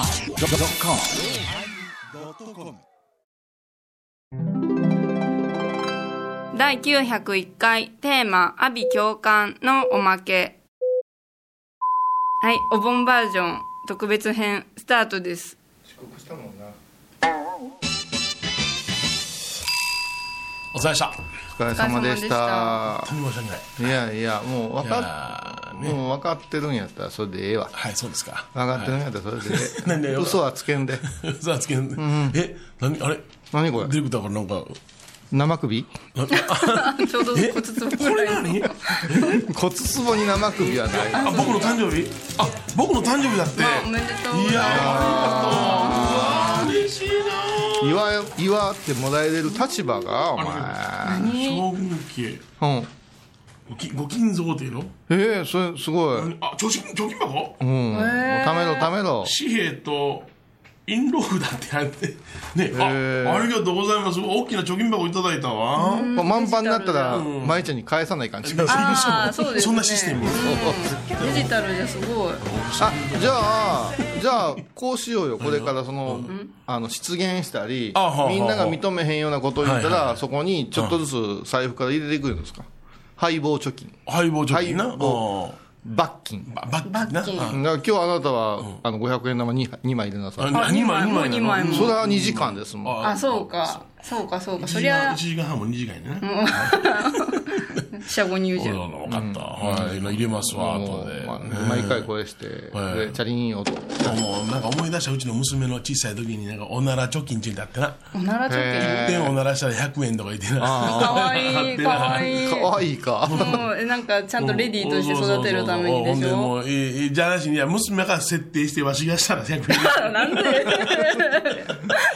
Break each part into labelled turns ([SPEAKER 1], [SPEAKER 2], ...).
[SPEAKER 1] yosmir
[SPEAKER 2] 第901回テーマ「阿鼻共感」のおまけはいお盆バージョン特別編スタートです
[SPEAKER 3] お疲れでした
[SPEAKER 4] お疲れ様でした
[SPEAKER 3] 本当に申し訳ない
[SPEAKER 4] いやいやもう分
[SPEAKER 3] い
[SPEAKER 4] か
[SPEAKER 3] や
[SPEAKER 4] っ、
[SPEAKER 3] ーね
[SPEAKER 4] もう分かってるんやったらそれでええわ
[SPEAKER 3] はいそうですか
[SPEAKER 4] 分かってるんやったらそれで ええ
[SPEAKER 3] なんでよ
[SPEAKER 4] 嘘はつけんで
[SPEAKER 3] さあつけんえ何あれ
[SPEAKER 4] 何こ
[SPEAKER 3] ディ
[SPEAKER 4] れ
[SPEAKER 3] レクターからなんか
[SPEAKER 4] 生首
[SPEAKER 3] な
[SPEAKER 2] あちょうど
[SPEAKER 3] え
[SPEAKER 2] 骨つぼぐらい
[SPEAKER 3] 何
[SPEAKER 4] 骨つぼに生首はない
[SPEAKER 3] あ僕の誕生日あ僕の誕生日だって
[SPEAKER 2] おめでとうござい
[SPEAKER 3] いや
[SPEAKER 2] ま
[SPEAKER 3] ー嬉しいな
[SPEAKER 4] 祝え祝ってもらえれる立場がお前
[SPEAKER 3] 将軍家
[SPEAKER 4] うん
[SPEAKER 3] ごきご金蔵っていうの
[SPEAKER 4] ええそれすごい、うん、
[SPEAKER 3] あ貯金貯金箱
[SPEAKER 4] ためろためろ
[SPEAKER 3] 紙幣と印籠札ってあって ね
[SPEAKER 4] へ
[SPEAKER 3] あ
[SPEAKER 4] ー
[SPEAKER 3] ありがとうございます大きな貯金箱いただいたわ
[SPEAKER 4] もう満帆になったら舞ちゃんに返さない 感じ
[SPEAKER 2] あーそうですね
[SPEAKER 3] そんなシステム
[SPEAKER 2] すデジタルじゃすごい
[SPEAKER 4] あじゃあじゃあこうしようよこれからその,、あの出現したり
[SPEAKER 3] あはあはあ
[SPEAKER 4] みんなが認めへんようなことを言ったら、
[SPEAKER 3] はい
[SPEAKER 4] そこにちょっとずつ財布から入れていくんですか配棒貯金
[SPEAKER 3] 配棒貯金な
[SPEAKER 4] 配
[SPEAKER 3] あ
[SPEAKER 4] 棒罰金
[SPEAKER 3] ーばバッキな
[SPEAKER 4] だから今日あなたは、あの500円玉 2, 枚入れなさい
[SPEAKER 3] あ
[SPEAKER 2] あ
[SPEAKER 3] 二
[SPEAKER 2] 二枚
[SPEAKER 3] なの
[SPEAKER 2] 二枚も
[SPEAKER 4] それは2時間ですもん
[SPEAKER 2] あそうかそうかそうか
[SPEAKER 3] そ
[SPEAKER 2] そ
[SPEAKER 3] り
[SPEAKER 2] り
[SPEAKER 3] ゃ
[SPEAKER 2] ゃ
[SPEAKER 3] 1時間半も2時間やね
[SPEAKER 2] 社後入
[SPEAKER 3] そうだ
[SPEAKER 2] 場
[SPEAKER 3] 分かったはい今入れますわ後
[SPEAKER 4] も
[SPEAKER 3] で
[SPEAKER 4] う、
[SPEAKER 3] ね
[SPEAKER 4] まあ毎回これして、
[SPEAKER 3] はい
[SPEAKER 4] でチャリン音
[SPEAKER 3] もうなんか思い出したうちの娘の小さい時になんかおなら貯金っていうのだってな
[SPEAKER 2] おならちょっ
[SPEAKER 4] へ
[SPEAKER 3] でおならしたら100円とか言って
[SPEAKER 2] と
[SPEAKER 3] な
[SPEAKER 2] かわいいかわいい
[SPEAKER 4] かわいいか
[SPEAKER 2] もうえなんかちゃん とレディーとして育てるためにでし
[SPEAKER 3] そうそうそうそう
[SPEAKER 2] ょ
[SPEAKER 3] ほんでもうええええじゃなしにいや娘が設定してわしがしたら100円
[SPEAKER 2] なんで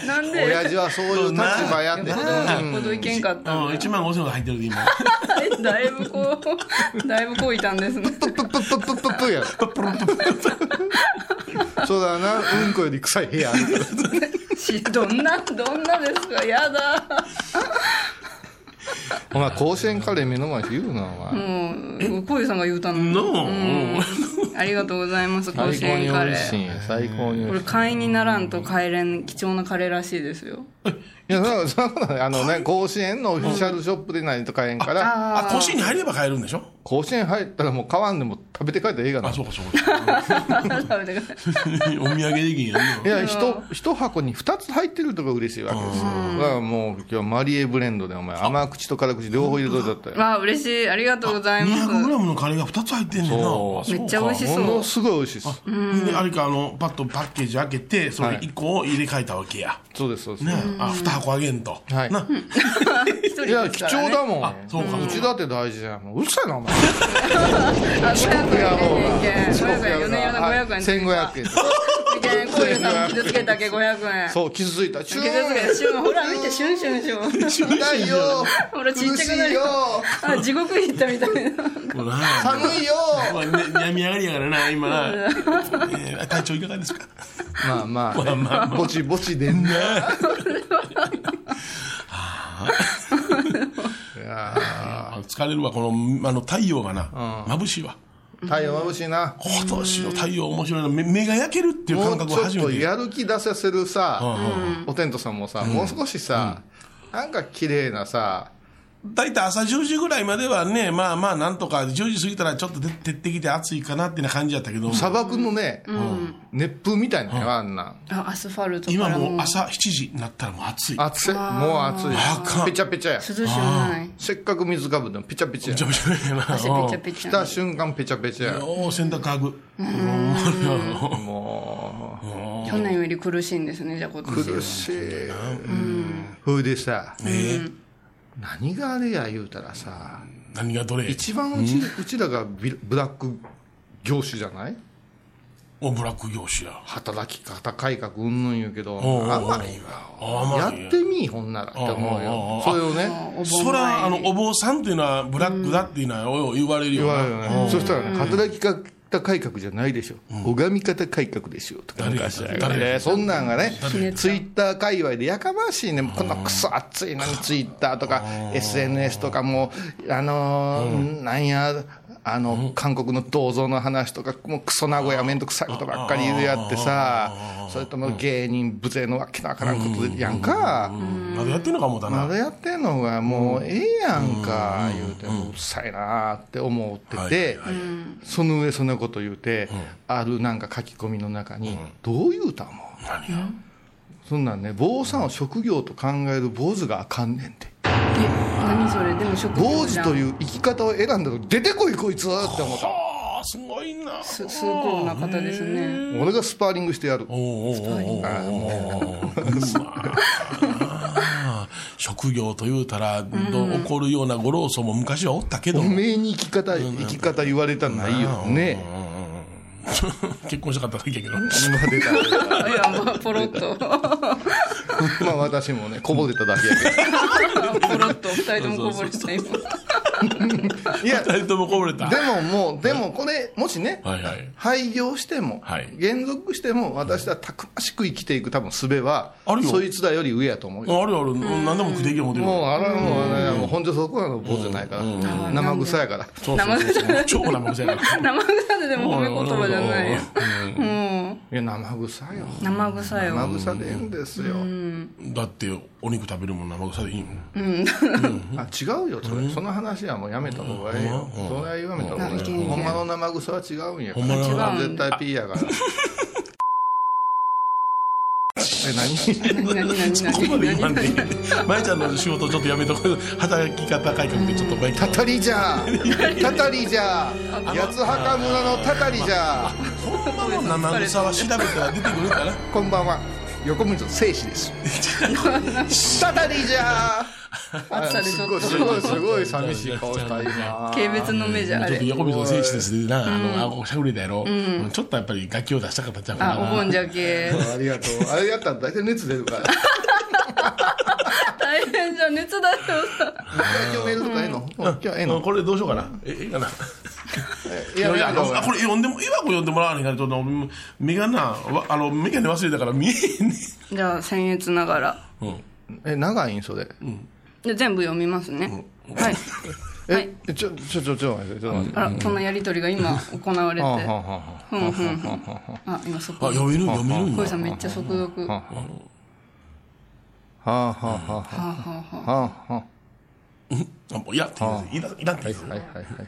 [SPEAKER 2] なんで
[SPEAKER 4] 親父はそういう立場やって
[SPEAKER 2] よっぽどいけんかったんだ
[SPEAKER 3] 1万5000円が入ってるで今
[SPEAKER 2] え だいぶこうだいぶこういたんですね
[SPEAKER 4] プップップップップやろそうだなうんこより臭い部屋ある
[SPEAKER 2] しどんなどんなですかやだ
[SPEAKER 4] お前甲子園カレー目の前で言うなお前
[SPEAKER 2] もう小池さんが言う たのに
[SPEAKER 3] の
[SPEAKER 2] うんありがとうございます甲
[SPEAKER 4] 最
[SPEAKER 2] 子
[SPEAKER 4] 高
[SPEAKER 2] 園
[SPEAKER 4] に美
[SPEAKER 2] カレ
[SPEAKER 4] 味し
[SPEAKER 2] ー
[SPEAKER 4] い最高に美
[SPEAKER 2] これ
[SPEAKER 4] 味しい
[SPEAKER 2] 会員にならんと帰れん貴重なカレーらしいです よ
[SPEAKER 4] いやそんなそんなことないあのね甲子園のオフィシャルショップでないと買えんから
[SPEAKER 3] あ腰に入れば買えるんでしょ
[SPEAKER 4] 甲子園入ったらもう買わんでも食べて帰ったらええがな
[SPEAKER 3] あそうかそうか
[SPEAKER 2] 食べてください
[SPEAKER 3] お土産できん やんない
[SPEAKER 4] や一一箱に2つ入ってるとか嬉しいわけですよだからもう今日はマリエブレンドでお前甘口と辛口両方入れといちゃったよ
[SPEAKER 2] わあ嬉しいありがとうございま
[SPEAKER 3] 200g のカレーが2つ入ってんねんな
[SPEAKER 4] そ
[SPEAKER 2] めっちゃ美味し
[SPEAKER 3] い
[SPEAKER 2] そ
[SPEAKER 4] も
[SPEAKER 2] う
[SPEAKER 4] のすごい美味しいです
[SPEAKER 3] であれかあのパッとパッケージ開けてそれ1個を入れ替えたわけや、
[SPEAKER 4] そうですそうです
[SPEAKER 3] ねあ2箱あげんと、
[SPEAKER 4] はい
[SPEAKER 3] な
[SPEAKER 2] 一人
[SPEAKER 4] いや貴重だもん
[SPEAKER 3] あそうか
[SPEAKER 4] うちだって大事やもんうるさいなお前
[SPEAKER 2] あ500円500円4年の500円
[SPEAKER 4] 1500円
[SPEAKER 2] みたいな小池さん傷つけたけ500円
[SPEAKER 4] そう傷 ついたチュ
[SPEAKER 2] 傷
[SPEAKER 4] ー
[SPEAKER 2] つけたシュンほら見てシュンシュンシュン
[SPEAKER 4] 痛いよ
[SPEAKER 2] ほら
[SPEAKER 4] 苦
[SPEAKER 2] ちっちゃく
[SPEAKER 4] し
[SPEAKER 2] なる
[SPEAKER 4] いよ
[SPEAKER 2] あ地獄に行ったみたいな
[SPEAKER 3] もうな
[SPEAKER 4] 寒いよ
[SPEAKER 3] まあね 病み上がりやからな今な、えー体調いかがですか
[SPEAKER 4] まあまあ
[SPEAKER 3] まあ
[SPEAKER 4] ぼちぼちで んねいや
[SPEAKER 3] あ疲れるわこのあの太陽がな、眩しいわ
[SPEAKER 4] ー太陽眩しいな
[SPEAKER 3] 今年の太陽面白いな目目が焼けるっていう
[SPEAKER 4] も
[SPEAKER 3] 感
[SPEAKER 4] う
[SPEAKER 3] 覚
[SPEAKER 4] ち
[SPEAKER 3] を
[SPEAKER 4] ょっ
[SPEAKER 3] 初め
[SPEAKER 4] と
[SPEAKER 3] て
[SPEAKER 4] やる気出させるさお天道さんもさもう少しさなんか綺麗なさ
[SPEAKER 3] 大体朝10時ぐらいまではねまあまあなんとか10時過ぎたらちょっと出出てきて暑いかなっていう感じやったけど
[SPEAKER 4] 砂漠のね熱風みたいなのよあんなん
[SPEAKER 2] あアスファルトか
[SPEAKER 3] 今
[SPEAKER 2] ら
[SPEAKER 3] もう
[SPEAKER 2] も
[SPEAKER 3] 朝7時になったらもう暑 い
[SPEAKER 4] 暑いもう暑
[SPEAKER 3] あか
[SPEAKER 4] い
[SPEAKER 3] ん
[SPEAKER 4] ペチャペチャや
[SPEAKER 2] 涼しゅうない
[SPEAKER 4] せっかく水かぶってもペチャペチ
[SPEAKER 3] め
[SPEAKER 4] ャ
[SPEAKER 3] ちゃ
[SPEAKER 4] や
[SPEAKER 3] めちゃやな
[SPEAKER 2] 汗ぺちゃぺち
[SPEAKER 4] 来
[SPEAKER 2] ゃ
[SPEAKER 4] た瞬間ペチャペチャや
[SPEAKER 3] おお洗濯乾く
[SPEAKER 4] もう
[SPEAKER 2] 去年より苦しいんですねじゃあ今年
[SPEAKER 4] 苦しいほいでさ
[SPEAKER 3] えー
[SPEAKER 4] 何があれや言うたらさ
[SPEAKER 3] 何がどれ
[SPEAKER 4] 一番うちうちらがビブラック業種じゃない
[SPEAKER 3] おブラック業種や
[SPEAKER 4] 働き方改革うんぬん言うけど
[SPEAKER 3] おうおう
[SPEAKER 4] 甘いわ
[SPEAKER 3] あ
[SPEAKER 4] や
[SPEAKER 3] ま
[SPEAKER 4] ってみいほんならって思う
[SPEAKER 3] おうおうお
[SPEAKER 4] よ
[SPEAKER 3] う
[SPEAKER 4] それをね
[SPEAKER 3] あそらあのお坊さんっていうのはブラックだっていうのはおいおい言われるよ
[SPEAKER 4] 言
[SPEAKER 3] な
[SPEAKER 4] われるねそしたらね働き方改革じゃないでしょ、拝み方改革ですよとか
[SPEAKER 3] 誰が
[SPEAKER 4] 昔は
[SPEAKER 3] 誰
[SPEAKER 4] ねそんなんがね
[SPEAKER 2] 誰が
[SPEAKER 4] ツイッター界隈でやかましいねこんなクソ熱いのにツイッターとか SNS とかもうあのーなんやあの、韓国の銅像の話とか、もうクソ名古屋めんどくさいことばっかり言うやってさ、それとも芸人無勢のわけのわからんことやんか。
[SPEAKER 3] まだやってんのか思うた
[SPEAKER 4] ま
[SPEAKER 3] な
[SPEAKER 4] だやってんのがもうええやんか、言うて、うるさいなーって思ってて、その上そんなこと言うて、あるなんか書き込みの中に、どう言うたんもう
[SPEAKER 3] 何が
[SPEAKER 4] そんなんね坊さんを職業と考える坊主があかんねんて
[SPEAKER 2] 何それでも職
[SPEAKER 4] 坊
[SPEAKER 2] 業
[SPEAKER 4] 主
[SPEAKER 2] じゃん
[SPEAKER 4] という生き方を選んだと出てこいこいつって思った
[SPEAKER 3] ああすごいな
[SPEAKER 2] す崇高な方ですね
[SPEAKER 4] 俺がスパーリングしてやる
[SPEAKER 3] おうおうおうおうおううわあ職業というたらどう怒るようなご老僧も昔はおったけど
[SPEAKER 4] おめえに生き方生き方言われたないよね
[SPEAKER 3] 結婚したかっただけやけど
[SPEAKER 4] 今出た
[SPEAKER 2] いやまあポロッと
[SPEAKER 4] まあ私もねこぼれただけやけ
[SPEAKER 2] ポロッと二人ともこぼれた今
[SPEAKER 4] どいや
[SPEAKER 3] 二人ともこぼれた
[SPEAKER 4] でももうでもこれもしね
[SPEAKER 3] はいはい
[SPEAKER 4] 廃業しても、
[SPEAKER 3] はい
[SPEAKER 4] 減俗しても、私はたくましく生きていく多分術は
[SPEAKER 3] ある、よ
[SPEAKER 4] そいつらより上やと思うよ。
[SPEAKER 3] あるある何でも食っていけよ思てる
[SPEAKER 4] もう、あれはもうね、もう本当そこは坊主じゃないから、生臭やから。
[SPEAKER 3] そうそうそうそう超生臭いから
[SPEAKER 2] 生臭ででも褒め言葉じゃないよも
[SPEAKER 4] いや、生臭いよ。
[SPEAKER 2] う生臭いよ
[SPEAKER 4] 生臭でいいんですよ。
[SPEAKER 3] だってお肉食べるもん生臭いでいいもん
[SPEAKER 4] あ、違うよ、それ。その話はもうやめた方がいいよ。それは言わめた方がい
[SPEAKER 2] うん
[SPEAKER 4] いよ。ほんまの生臭は違うんやか
[SPEAKER 3] ほんまの生臭
[SPEAKER 4] ら。絶対 P やから。え、何
[SPEAKER 2] 何何何
[SPEAKER 3] ここまで
[SPEAKER 2] 何
[SPEAKER 3] 言わん
[SPEAKER 2] 何
[SPEAKER 3] でいいまえちゃんの仕事ちょっとやめとこう働き方改革でちょっとまえちゃ
[SPEAKER 4] た
[SPEAKER 3] ん
[SPEAKER 4] たりじゃたたりじゃ八つ墓村のたたりじゃ
[SPEAKER 3] ほんまの生臭は調べたら出てくるかな
[SPEAKER 4] こんばんは横文字の聖子 ですたたりじゃ
[SPEAKER 2] 暑さでちょっと
[SPEAKER 4] すごいすごいすごい寂しい顔した 今
[SPEAKER 2] 軽蔑の目じゃあ
[SPEAKER 3] ちょっと
[SPEAKER 2] れ
[SPEAKER 3] 横溝選手ですねな、あの、あおしゃべりだやろ、ちょっとやっぱり楽器を出したかったんちゃうか
[SPEAKER 2] あお
[SPEAKER 3] な。
[SPEAKER 2] 盆じゃけ
[SPEAKER 4] ありがとうあれやったら大体熱出るから
[SPEAKER 2] 大変じゃん熱だよ
[SPEAKER 4] 今日メールとかええの今日ええ
[SPEAKER 3] うん
[SPEAKER 4] の
[SPEAKER 3] これどうしようかな。え、ええかな。
[SPEAKER 4] いやいや
[SPEAKER 3] あ
[SPEAKER 4] い
[SPEAKER 3] のあ
[SPEAKER 4] や
[SPEAKER 3] これ読んでも、今これ読んでもらわないから、ちょっと、目がな、わあの、眼鏡忘れたから見えへんね
[SPEAKER 2] じゃあ僭越ながら
[SPEAKER 3] ん。うん。
[SPEAKER 4] え長いんそれ
[SPEAKER 2] じゃあ全部読みますねはいはい
[SPEAKER 4] えちょちょちょちょ待ってちょっと待って
[SPEAKER 2] あらこんなやりとりが今行われて
[SPEAKER 4] はんはんはんはん
[SPEAKER 2] ふんふんふんあ今そ
[SPEAKER 3] あ、
[SPEAKER 2] こ
[SPEAKER 3] 読める、読めるん
[SPEAKER 2] 小
[SPEAKER 3] や
[SPEAKER 2] 井。さんめっちゃ速読は
[SPEAKER 4] は
[SPEAKER 2] あ
[SPEAKER 4] んはんはん
[SPEAKER 2] はあはあ
[SPEAKER 4] はんはん
[SPEAKER 3] あもういやって言うんですいらん、いらんって言うん
[SPEAKER 4] は
[SPEAKER 3] で
[SPEAKER 4] いはいはいはい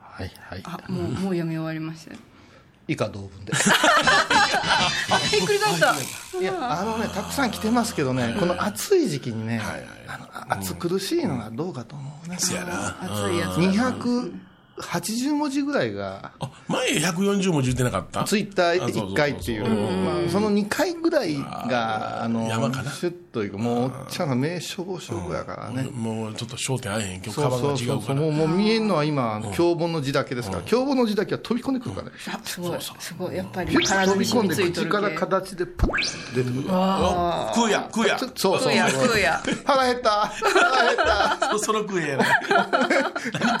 [SPEAKER 4] はいはい
[SPEAKER 2] あもうもう読み終わりましたよ
[SPEAKER 4] 以下同文で
[SPEAKER 2] ひっくり返った
[SPEAKER 4] いやあのねたくさん来てますけどねこの暑い時期にね、あのあ暑苦しいのがどうかと思うね、
[SPEAKER 3] すやな。
[SPEAKER 2] 熱いやつ
[SPEAKER 4] 280文字ぐらいが
[SPEAKER 3] あ、前140文字言ってなかった
[SPEAKER 4] ツイッター
[SPEAKER 3] あそうそうそうそう
[SPEAKER 4] 1回っていうまあその2回ぐらいがあの
[SPEAKER 3] 山かな
[SPEAKER 4] シュッというかもうおっちゃんが名消防消防やからね、
[SPEAKER 3] もうちょっと焦点合えへん。今日
[SPEAKER 4] そ
[SPEAKER 3] カ
[SPEAKER 4] う
[SPEAKER 3] バンが
[SPEAKER 4] そう
[SPEAKER 3] 違
[SPEAKER 4] そうう
[SPEAKER 3] から。
[SPEAKER 4] もうもう見えんのは今あの教本の字だけですから、教本の字だけは飛び込んでくるからね、
[SPEAKER 2] あすごいすごいやっぱり体
[SPEAKER 4] 飛
[SPEAKER 2] に
[SPEAKER 4] び込
[SPEAKER 2] 染
[SPEAKER 4] ん
[SPEAKER 2] み
[SPEAKER 4] で
[SPEAKER 2] ついと
[SPEAKER 4] 口
[SPEAKER 2] る
[SPEAKER 4] から
[SPEAKER 2] 系
[SPEAKER 4] 形でパッと出てくる
[SPEAKER 3] あ食うや、食うや。
[SPEAKER 4] ちょそう
[SPEAKER 2] 食
[SPEAKER 4] そう
[SPEAKER 2] うや食うや
[SPEAKER 4] 腹減った腹減った
[SPEAKER 3] そ その食えや な。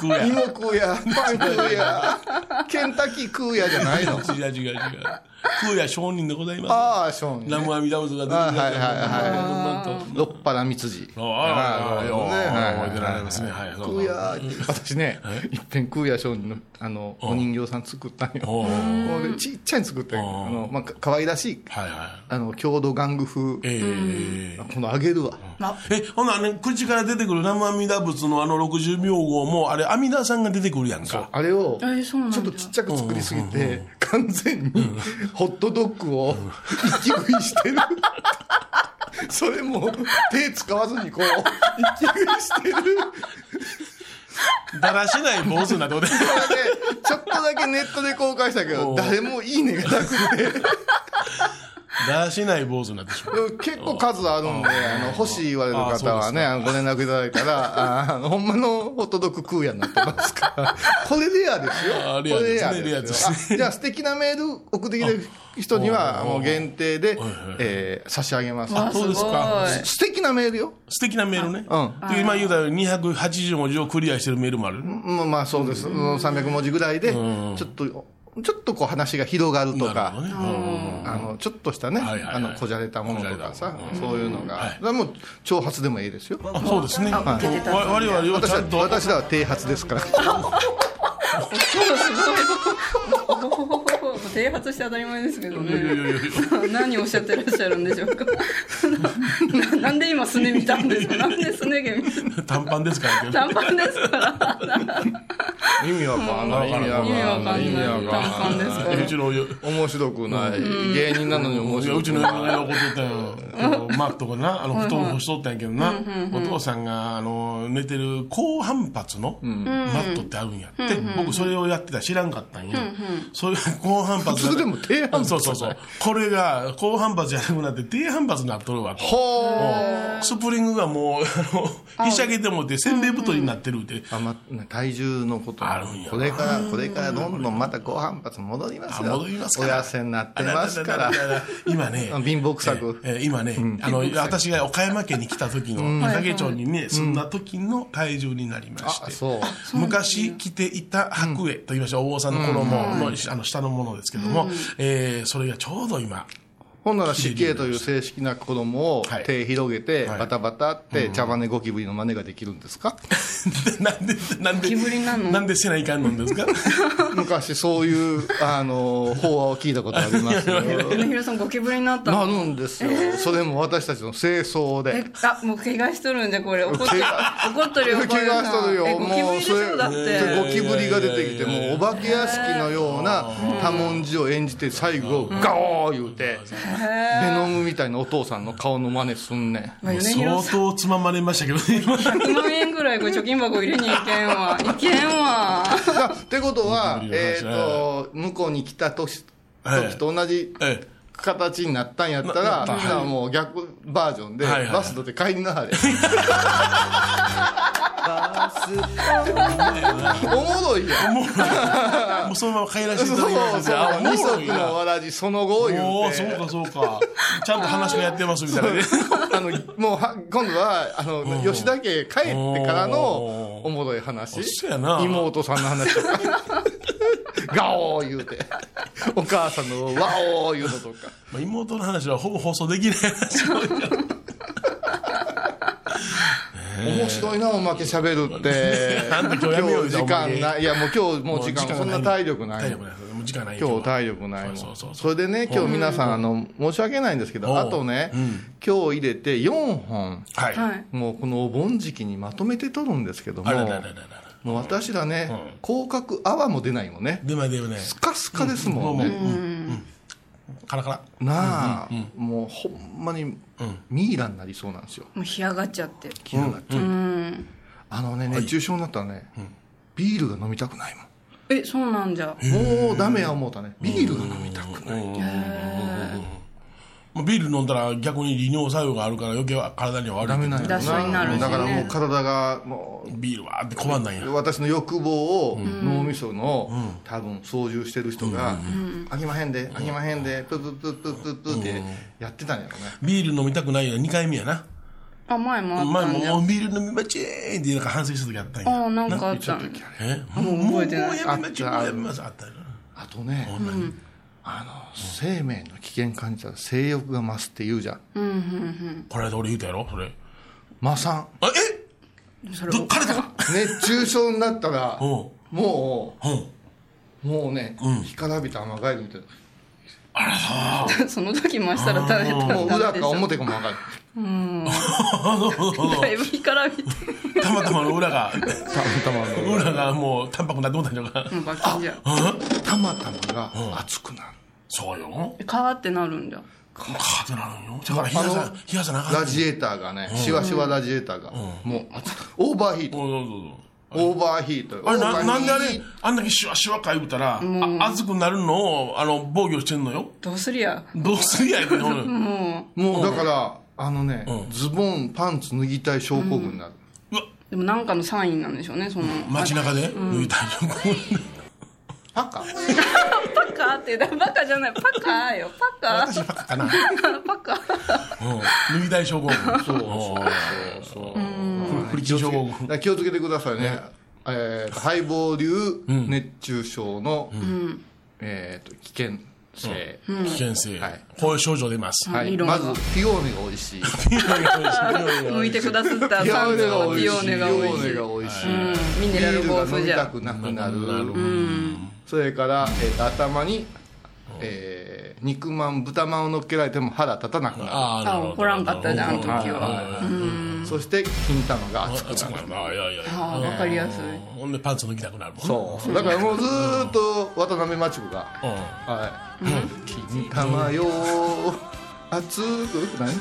[SPEAKER 3] 何食うや。
[SPEAKER 4] 芋食うや、パン食うや、ケンタッキー食うやじゃないの。
[SPEAKER 3] 違う違う違う。食うや商人でございます。
[SPEAKER 4] ああ、ショーン
[SPEAKER 3] ラ
[SPEAKER 4] ね。
[SPEAKER 3] ムアミダムズが出て
[SPEAKER 4] あはいは
[SPEAKER 3] はい
[SPEAKER 4] 六原三辻。
[SPEAKER 3] ああ、ああ、
[SPEAKER 4] な
[SPEAKER 3] あ
[SPEAKER 4] る
[SPEAKER 3] あ
[SPEAKER 4] ほどね
[SPEAKER 3] 覚えてられますね。はい、そ
[SPEAKER 4] 食
[SPEAKER 3] う
[SPEAKER 4] うやー私ね、いっぺん食うや商人のあのお人形さん作ったんよ。
[SPEAKER 3] おうおう
[SPEAKER 4] もうねちっちゃいの作ったんよあの、まあ、か可愛らしい、
[SPEAKER 3] はいはい。
[SPEAKER 4] あの、郷土玩具風。
[SPEAKER 3] ええ
[SPEAKER 4] この揚げるわ。
[SPEAKER 3] え、ほなね、口から出てくるラムアミダ仏のあの60秒号も、あれ、阿弥陀さんが出てくるやんか。
[SPEAKER 4] あれを、
[SPEAKER 2] えそうなんだ
[SPEAKER 4] ちょっとちっちゃく作りすぎて、完全にホットドッグを一気食いしてる。それも手使わずにこう、一気食いしてる。
[SPEAKER 3] だらしない坊主などで。
[SPEAKER 4] これねちょっとだけネットで公開したけど、誰もいいねがなくて。
[SPEAKER 3] だらしない坊主になってしまう。
[SPEAKER 4] でも結構数あるんで、あの、欲しい言われる方はね、あのご連絡いただいたら、ああのほんまのホットドッグ食うやになってま すから、これレアですよ。
[SPEAKER 3] あー
[SPEAKER 4] こ
[SPEAKER 3] レアですね
[SPEAKER 4] れレア
[SPEAKER 3] レアで
[SPEAKER 4] で
[SPEAKER 3] す
[SPEAKER 4] よ。あじゃあ素敵なメール 送ってきてる人には、もう限定で、えー差し上げます。
[SPEAKER 2] あ
[SPEAKER 3] そうですか
[SPEAKER 2] すごい
[SPEAKER 4] 素敵なメールよ。
[SPEAKER 3] 素敵なメールね。
[SPEAKER 4] う
[SPEAKER 3] で今言うたように280文字をクリアしてるメールもある。
[SPEAKER 4] まあまあそうです。300文字ぐらいで、ちょっと、ちょっとこう話が広がると
[SPEAKER 3] な
[SPEAKER 4] か
[SPEAKER 3] るほ、どねうん
[SPEAKER 4] あのちょっとしたね、
[SPEAKER 3] はいはいはい
[SPEAKER 4] あのこじゃれたものとか
[SPEAKER 3] こ
[SPEAKER 4] さ
[SPEAKER 3] じゃれ、
[SPEAKER 4] そういうのが、
[SPEAKER 3] はい
[SPEAKER 4] だからもう挑発でもいいですよ。
[SPEAKER 3] あそうですね、わ
[SPEAKER 4] はい
[SPEAKER 3] 我々は
[SPEAKER 4] 私
[SPEAKER 3] ちゃ
[SPEAKER 4] は
[SPEAKER 3] んと
[SPEAKER 4] 私らは低発ですから。
[SPEAKER 2] 低発して当たり前ですけど
[SPEAKER 3] いやいやい
[SPEAKER 2] ね
[SPEAKER 3] やいや
[SPEAKER 2] 何をおっしゃってらっしゃるんでしょうか ななんで今すね見たんですかなんですね毛見た
[SPEAKER 3] 短パンですからね
[SPEAKER 2] 短パンですから
[SPEAKER 4] 意味わかんない。
[SPEAKER 3] 意味
[SPEAKER 2] 意味わかんない
[SPEAKER 4] 意味わかん
[SPEAKER 2] 短パンですか
[SPEAKER 3] うちのう
[SPEAKER 4] 面白くない。芸人なのに面
[SPEAKER 3] ち
[SPEAKER 4] 白
[SPEAKER 3] のう
[SPEAKER 4] く
[SPEAKER 3] ちの
[SPEAKER 4] ない。
[SPEAKER 3] 親のこと 言ったよマークとかなあの布団干しとったんやけどなお父さんがあの寝てる高反発のマットってあるんやって僕それをやってたら知らんかったんやそれが高反発
[SPEAKER 4] 普通でも低反発
[SPEAKER 3] そうそうそうこれが高反発じゃなくなって低反発になっとるわと
[SPEAKER 4] ほー。
[SPEAKER 3] スプリングがもうあのひしゃげてもってせんべい太りになってるって
[SPEAKER 4] あま、体重のこと
[SPEAKER 3] あるんや
[SPEAKER 4] これから、これからどんどんまたご反発戻りますよ。
[SPEAKER 3] あ戻りますか
[SPEAKER 4] お
[SPEAKER 3] ら
[SPEAKER 4] 痩せになってますから。
[SPEAKER 3] 今ね
[SPEAKER 4] あ、貧乏くさく
[SPEAKER 3] えーえー今ね、あの、私が岡山県に来た時の、影町にね、住んだ時の体重になりまして。
[SPEAKER 4] あ、そう。
[SPEAKER 3] 昔着ていた白衣と言いましょう、大王さんの衣の,、あの下のものですけども、えーそれがちょうど今、
[SPEAKER 4] ほんなら死刑という正式な子供を
[SPEAKER 3] はい
[SPEAKER 4] 手広げて、
[SPEAKER 3] はい
[SPEAKER 4] バタバタって茶羽ゴキブリの真似ができるんですか
[SPEAKER 3] なんで、なんで、
[SPEAKER 2] ゴキブリなの
[SPEAKER 3] んでせないかんのんで すか
[SPEAKER 4] 昔そういう、あの、法話を 聞いたことありますよ。
[SPEAKER 2] 米広さんゴキブリになった
[SPEAKER 4] な
[SPEAKER 2] の
[SPEAKER 4] るんですよ。それも私たちの清掃
[SPEAKER 2] え
[SPEAKER 4] で。
[SPEAKER 2] あもう怪我しとるんじゃこれ怒ってる
[SPEAKER 4] 怪我
[SPEAKER 2] 怒っとるよ
[SPEAKER 4] 怪我しとるよ。
[SPEAKER 2] えゴキブリ
[SPEAKER 4] も
[SPEAKER 2] で
[SPEAKER 4] う、
[SPEAKER 2] し
[SPEAKER 4] それ、
[SPEAKER 2] ょだって、
[SPEAKER 4] それゴキブリが出てきて、
[SPEAKER 3] いやいやいやい
[SPEAKER 4] もうお化け屋敷のような多文字を演じて、最後、ガオー言うて、ベノムみたいなお父さんの顔の真似すんねん。
[SPEAKER 2] まあ、米
[SPEAKER 3] 相
[SPEAKER 2] 広さん
[SPEAKER 3] 当つままれましたけどね、今
[SPEAKER 2] 100万円ぐらいこれ貯金箱入れに行けんわ行けんわ
[SPEAKER 4] だってことは
[SPEAKER 3] ゴキ、ブリの話
[SPEAKER 4] えっ
[SPEAKER 3] ね
[SPEAKER 4] と、向こうに来た時
[SPEAKER 3] はい
[SPEAKER 4] 時と同じ
[SPEAKER 3] ええ
[SPEAKER 4] 形になったんやった
[SPEAKER 3] なな
[SPEAKER 4] ら、
[SPEAKER 3] った
[SPEAKER 4] みんなもう逆バージョンで、
[SPEAKER 3] はいはいはい
[SPEAKER 4] バスドで帰りなはれ。おもろいやん。
[SPEAKER 3] もう、もうそのまま帰らせて
[SPEAKER 4] そ
[SPEAKER 3] いうた
[SPEAKER 4] そ
[SPEAKER 3] だ
[SPEAKER 4] う
[SPEAKER 3] きましたあおも
[SPEAKER 4] 二
[SPEAKER 3] ろ
[SPEAKER 4] 足
[SPEAKER 3] いな
[SPEAKER 4] のわらじその後を言
[SPEAKER 3] お
[SPEAKER 4] う
[SPEAKER 3] おそう
[SPEAKER 4] て
[SPEAKER 3] かそうかちゃんと話がやってますみたいなね
[SPEAKER 4] あのもうは今度はあの吉田家帰ってからの
[SPEAKER 3] おー
[SPEAKER 4] おもろい話
[SPEAKER 3] そうやな
[SPEAKER 4] 妹さんの話とか ガオー言うてお母さんのワオー言うのとか
[SPEAKER 3] まあ妹の話はほぼ放送できない話
[SPEAKER 4] 面白いなおまけ喋るって
[SPEAKER 3] なんで今日やめようよ
[SPEAKER 4] 時間
[SPEAKER 3] おま
[SPEAKER 4] ないいやもう今日もう時間そんな体力ない
[SPEAKER 3] 体力ないもう時間ない
[SPEAKER 4] 今日体力ないもん
[SPEAKER 3] そうそうそう
[SPEAKER 4] それでね今日皆さんあの申し訳ないんですけ
[SPEAKER 3] おう
[SPEAKER 4] どあとね今日入れて4本
[SPEAKER 3] はい、
[SPEAKER 2] は
[SPEAKER 3] はい
[SPEAKER 4] もうこのお盆時期にまとめて撮るんですけども
[SPEAKER 3] あ、らららららら
[SPEAKER 4] もう私らね、広角泡も出ないもんね、
[SPEAKER 3] でまでもね
[SPEAKER 4] スカスカですもん
[SPEAKER 3] もう
[SPEAKER 4] ね、
[SPEAKER 3] もううんカラカラ
[SPEAKER 4] なあ、もうほんまにミイラになりそうなんですよ、
[SPEAKER 2] もう干上がっちゃって
[SPEAKER 4] 気になって
[SPEAKER 2] うん
[SPEAKER 4] あのね、熱中症になったらね、ビールが飲みたくないもん。
[SPEAKER 2] えそうなんじゃ
[SPEAKER 4] もうダメや思うたね、ビールが飲みたくない、
[SPEAKER 3] まあビール飲んだら逆に利尿作用があるから余計は体には悪い
[SPEAKER 4] ダメなんや
[SPEAKER 2] ダサになるしね
[SPEAKER 4] だからもう体が、も
[SPEAKER 3] ビールはーって困んないんや
[SPEAKER 4] う、私の欲望を脳みその、多分操縦してる人が、あきまへんで、あきまへんで、プップップップップップってやってたんやろね。
[SPEAKER 3] ビール飲みたくないや2回目やな
[SPEAKER 2] あ前もあっ
[SPEAKER 3] 前
[SPEAKER 2] たんじゃ
[SPEAKER 3] もうビール飲みまちーんってなんか反省した時あったんや
[SPEAKER 2] ああなんかあったの
[SPEAKER 3] えもうもうもう
[SPEAKER 2] 覚えてない
[SPEAKER 3] やめまち
[SPEAKER 4] あ
[SPEAKER 3] も
[SPEAKER 4] った
[SPEAKER 3] うやめますあったよ
[SPEAKER 4] あとね、あの生命の危険感じたら性欲が増すって言うじゃん
[SPEAKER 3] この間俺言うたやろそれ
[SPEAKER 4] マサ
[SPEAKER 3] あえ
[SPEAKER 2] それ
[SPEAKER 3] どっからだか
[SPEAKER 4] ン熱中症になったら
[SPEAKER 3] うん
[SPEAKER 4] も
[SPEAKER 3] うん
[SPEAKER 4] うもうね、
[SPEAKER 3] ん
[SPEAKER 4] 干からびた甘ガエルみたい
[SPEAKER 2] その時増したらダメ
[SPEAKER 4] なもう裏
[SPEAKER 2] だ
[SPEAKER 4] か表かも分かる
[SPEAKER 2] だいぶ干からびて
[SPEAKER 3] たまたまの裏が
[SPEAKER 4] たまたまが
[SPEAKER 3] 裏がもう淡白になってもうたんじゃうか
[SPEAKER 2] もうバキじゃ
[SPEAKER 4] たまたまが熱くなる、
[SPEAKER 3] そうよ
[SPEAKER 2] カーってなるんじゃ
[SPEAKER 3] カーってなるんよだから冷や
[SPEAKER 4] あ
[SPEAKER 3] さ
[SPEAKER 4] の
[SPEAKER 3] 冷やさなあか
[SPEAKER 4] ラ
[SPEAKER 3] ん
[SPEAKER 4] ジエーターがね、シワシワラジエーターが、もう熱くオーバーヒート
[SPEAKER 3] おうどうぞどうぞ
[SPEAKER 4] オーバーヒート
[SPEAKER 3] あれ
[SPEAKER 4] オーバ
[SPEAKER 3] な
[SPEAKER 4] ーヒート
[SPEAKER 3] なんであれあんだけシュワシュワか言うたらあ熱くなるのをあの防御してんのよ
[SPEAKER 2] どうすりゃ
[SPEAKER 3] どうすりゃいけないの
[SPEAKER 2] も
[SPEAKER 4] もうだからあのね、
[SPEAKER 3] うん
[SPEAKER 4] ズボンパンツ脱ぎたい症候群になる、
[SPEAKER 3] うわ
[SPEAKER 2] うでもなんかのサインなんでしょうねその
[SPEAKER 3] 街中で脱いたい
[SPEAKER 4] パカ
[SPEAKER 2] パカーって言うバカじゃないパカーよパカー
[SPEAKER 3] バカかな
[SPEAKER 2] パカー
[SPEAKER 3] うん脱ぎたい症候群
[SPEAKER 4] そうそうそうそう
[SPEAKER 3] フリキン症候群
[SPEAKER 4] だから気をつけてくださいね、えー、ハイボー流熱中症のえー、と危険性、
[SPEAKER 5] 危険性、
[SPEAKER 4] はい
[SPEAKER 5] こういう症状出ます。
[SPEAKER 4] はいい、
[SPEAKER 2] ろんな
[SPEAKER 4] まずピオーネが美味 しい
[SPEAKER 5] ピオーネが美味しい
[SPEAKER 2] 剥いてくださった
[SPEAKER 4] ピオ
[SPEAKER 2] パ
[SPEAKER 4] ー
[SPEAKER 2] ンツ
[SPEAKER 4] ネが
[SPEAKER 2] の
[SPEAKER 4] 美味
[SPEAKER 2] ピオ
[SPEAKER 4] しい
[SPEAKER 2] ーネが美味しい。
[SPEAKER 4] ピオーネが美味しい
[SPEAKER 2] うんミネラル豊
[SPEAKER 4] ビールが
[SPEAKER 2] 富
[SPEAKER 4] 飲
[SPEAKER 2] じ
[SPEAKER 4] みた
[SPEAKER 2] ゃ。
[SPEAKER 4] くなくな
[SPEAKER 5] なるほど
[SPEAKER 4] るそれから、えーと頭に、えー肉まん豚まんを乗っけられても腹立たなくなる
[SPEAKER 5] ああ、なるほど。
[SPEAKER 2] あ怒らんかったじゃんあの時
[SPEAKER 4] はい
[SPEAKER 2] は。
[SPEAKER 4] はいそして金玉が熱く
[SPEAKER 5] あ、そうなんだ。いやいやいや。
[SPEAKER 2] ああ、わかりやすい。
[SPEAKER 5] ほんでパンツ脱ぎたくなるもんね
[SPEAKER 4] そうだからもうずーっと渡辺真知子が
[SPEAKER 5] うん
[SPEAKER 4] 「はい、金玉よ熱くない?」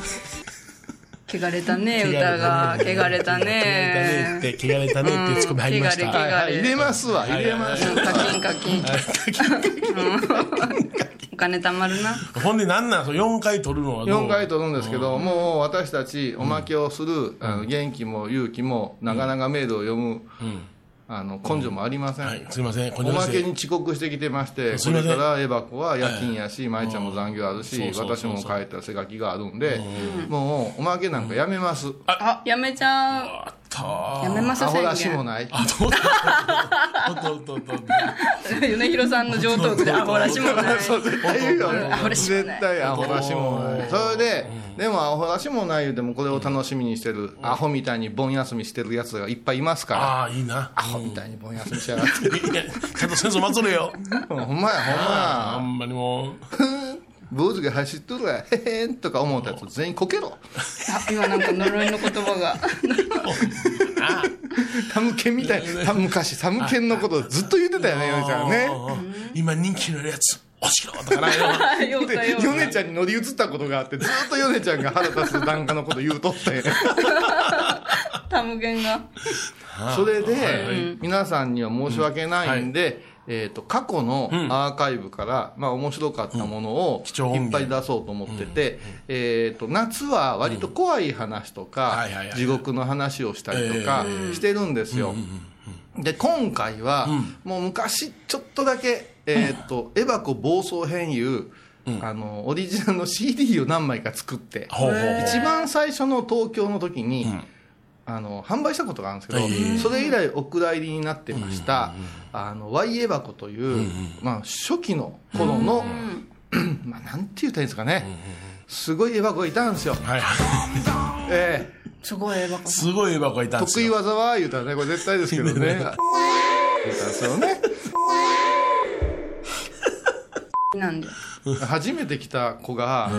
[SPEAKER 2] 汚れたね、歌が。 汚れたね。
[SPEAKER 5] 汚れたねって、汚れたねっていうツッコミ入りました。
[SPEAKER 2] うん
[SPEAKER 5] はい
[SPEAKER 4] はいはい、入れますわ入れます
[SPEAKER 2] うんカキンカキン。うんお金貯まるな。
[SPEAKER 5] ほんでなんなん、その4回取るのはどう
[SPEAKER 4] 4回とるんですけど、もう私たちおまけをする、あの元気も勇気もなかなかメールを読む、あの根性もありません、
[SPEAKER 5] はい、すいません、こ
[SPEAKER 4] お
[SPEAKER 5] んにちは
[SPEAKER 4] まけに遅刻してきてまして、
[SPEAKER 5] す
[SPEAKER 4] そ
[SPEAKER 5] いま
[SPEAKER 4] れ
[SPEAKER 5] せん
[SPEAKER 4] からエバ子は夜勤やし、舞ちゃんも残業あるし、
[SPEAKER 5] そうそう
[SPEAKER 4] 私
[SPEAKER 5] そう
[SPEAKER 4] も
[SPEAKER 5] そう
[SPEAKER 4] 帰ったせがきがあるんで、もうおまけなんかやめます、
[SPEAKER 2] あ、やめちゃ
[SPEAKER 5] あった
[SPEAKER 2] う。やめま
[SPEAKER 4] ア
[SPEAKER 2] す
[SPEAKER 4] ホ
[SPEAKER 2] 宣
[SPEAKER 4] らしも
[SPEAKER 2] 言。
[SPEAKER 4] ない、
[SPEAKER 5] あ、どうだおっとおっとおっとおっと。
[SPEAKER 2] 米広さんの上等句で、あ、ほらしもない。
[SPEAKER 4] そう絶対言うよ
[SPEAKER 2] アホらしもない
[SPEAKER 4] 絶対アホらしもないそれで、でもアホらしもない言うてもこれを楽しみにしてる、アホみたいに盆休みしてるやつがいっぱいいますから
[SPEAKER 5] ああ、いいな。
[SPEAKER 4] アホみたいに盆休みしやがって
[SPEAKER 5] いやちゃんと戦争祭れよ。
[SPEAKER 4] ほんまやほん
[SPEAKER 5] あ
[SPEAKER 4] まや
[SPEAKER 5] んまりもう。
[SPEAKER 4] 坊主が走っとるわへへんとか思ったやつ全員こけろ
[SPEAKER 2] あ今なんか呪いの言葉 が。
[SPEAKER 4] タムケンみたいた昔タムケンのことずっと言ってたよねヨネちゃんね
[SPEAKER 5] うん今人気のやつ、おしろとかな。
[SPEAKER 2] ようかよ
[SPEAKER 4] でヨネちゃんに乗り移ったことがあってずっとヨネちゃんが腹立つ檀家のこと言うとって
[SPEAKER 2] うかタムゲンが。
[SPEAKER 4] それで皆さんには申し訳ないんで、えー、と過去のアーカイブから、まあ、面白かったものを
[SPEAKER 5] 重音
[SPEAKER 4] いっ
[SPEAKER 5] 源
[SPEAKER 4] ぱい出そうと思ってて、えー、と夏は割と怖い話と
[SPEAKER 5] うん
[SPEAKER 4] か
[SPEAKER 5] はいはいはい
[SPEAKER 4] 地獄の話をしたりとかしてるんですよ。で今回は、もう昔ちょっとだけ「えー、とエバコ暴走編いう」あのオリジナルの CD を何枚か作って。
[SPEAKER 5] ほうほうほう。
[SPEAKER 4] 一番最初の東京の時に、あの販売したことがあるんですけど、それ以来お蔵入りになってました、あのワイエバコという、まあ、初期の頃の、まあ、なんて言ったらいいんですかね、すごいエバコがいたんですよ、
[SPEAKER 5] はいはい。
[SPEAKER 4] ええ
[SPEAKER 2] すごいエバコ。
[SPEAKER 5] すごいエバコいたんです
[SPEAKER 4] 得意
[SPEAKER 5] よ。
[SPEAKER 4] 技は言うたらねこれ絶対です けどね言うたんですよね
[SPEAKER 2] なんで。
[SPEAKER 4] 初めて来た子が、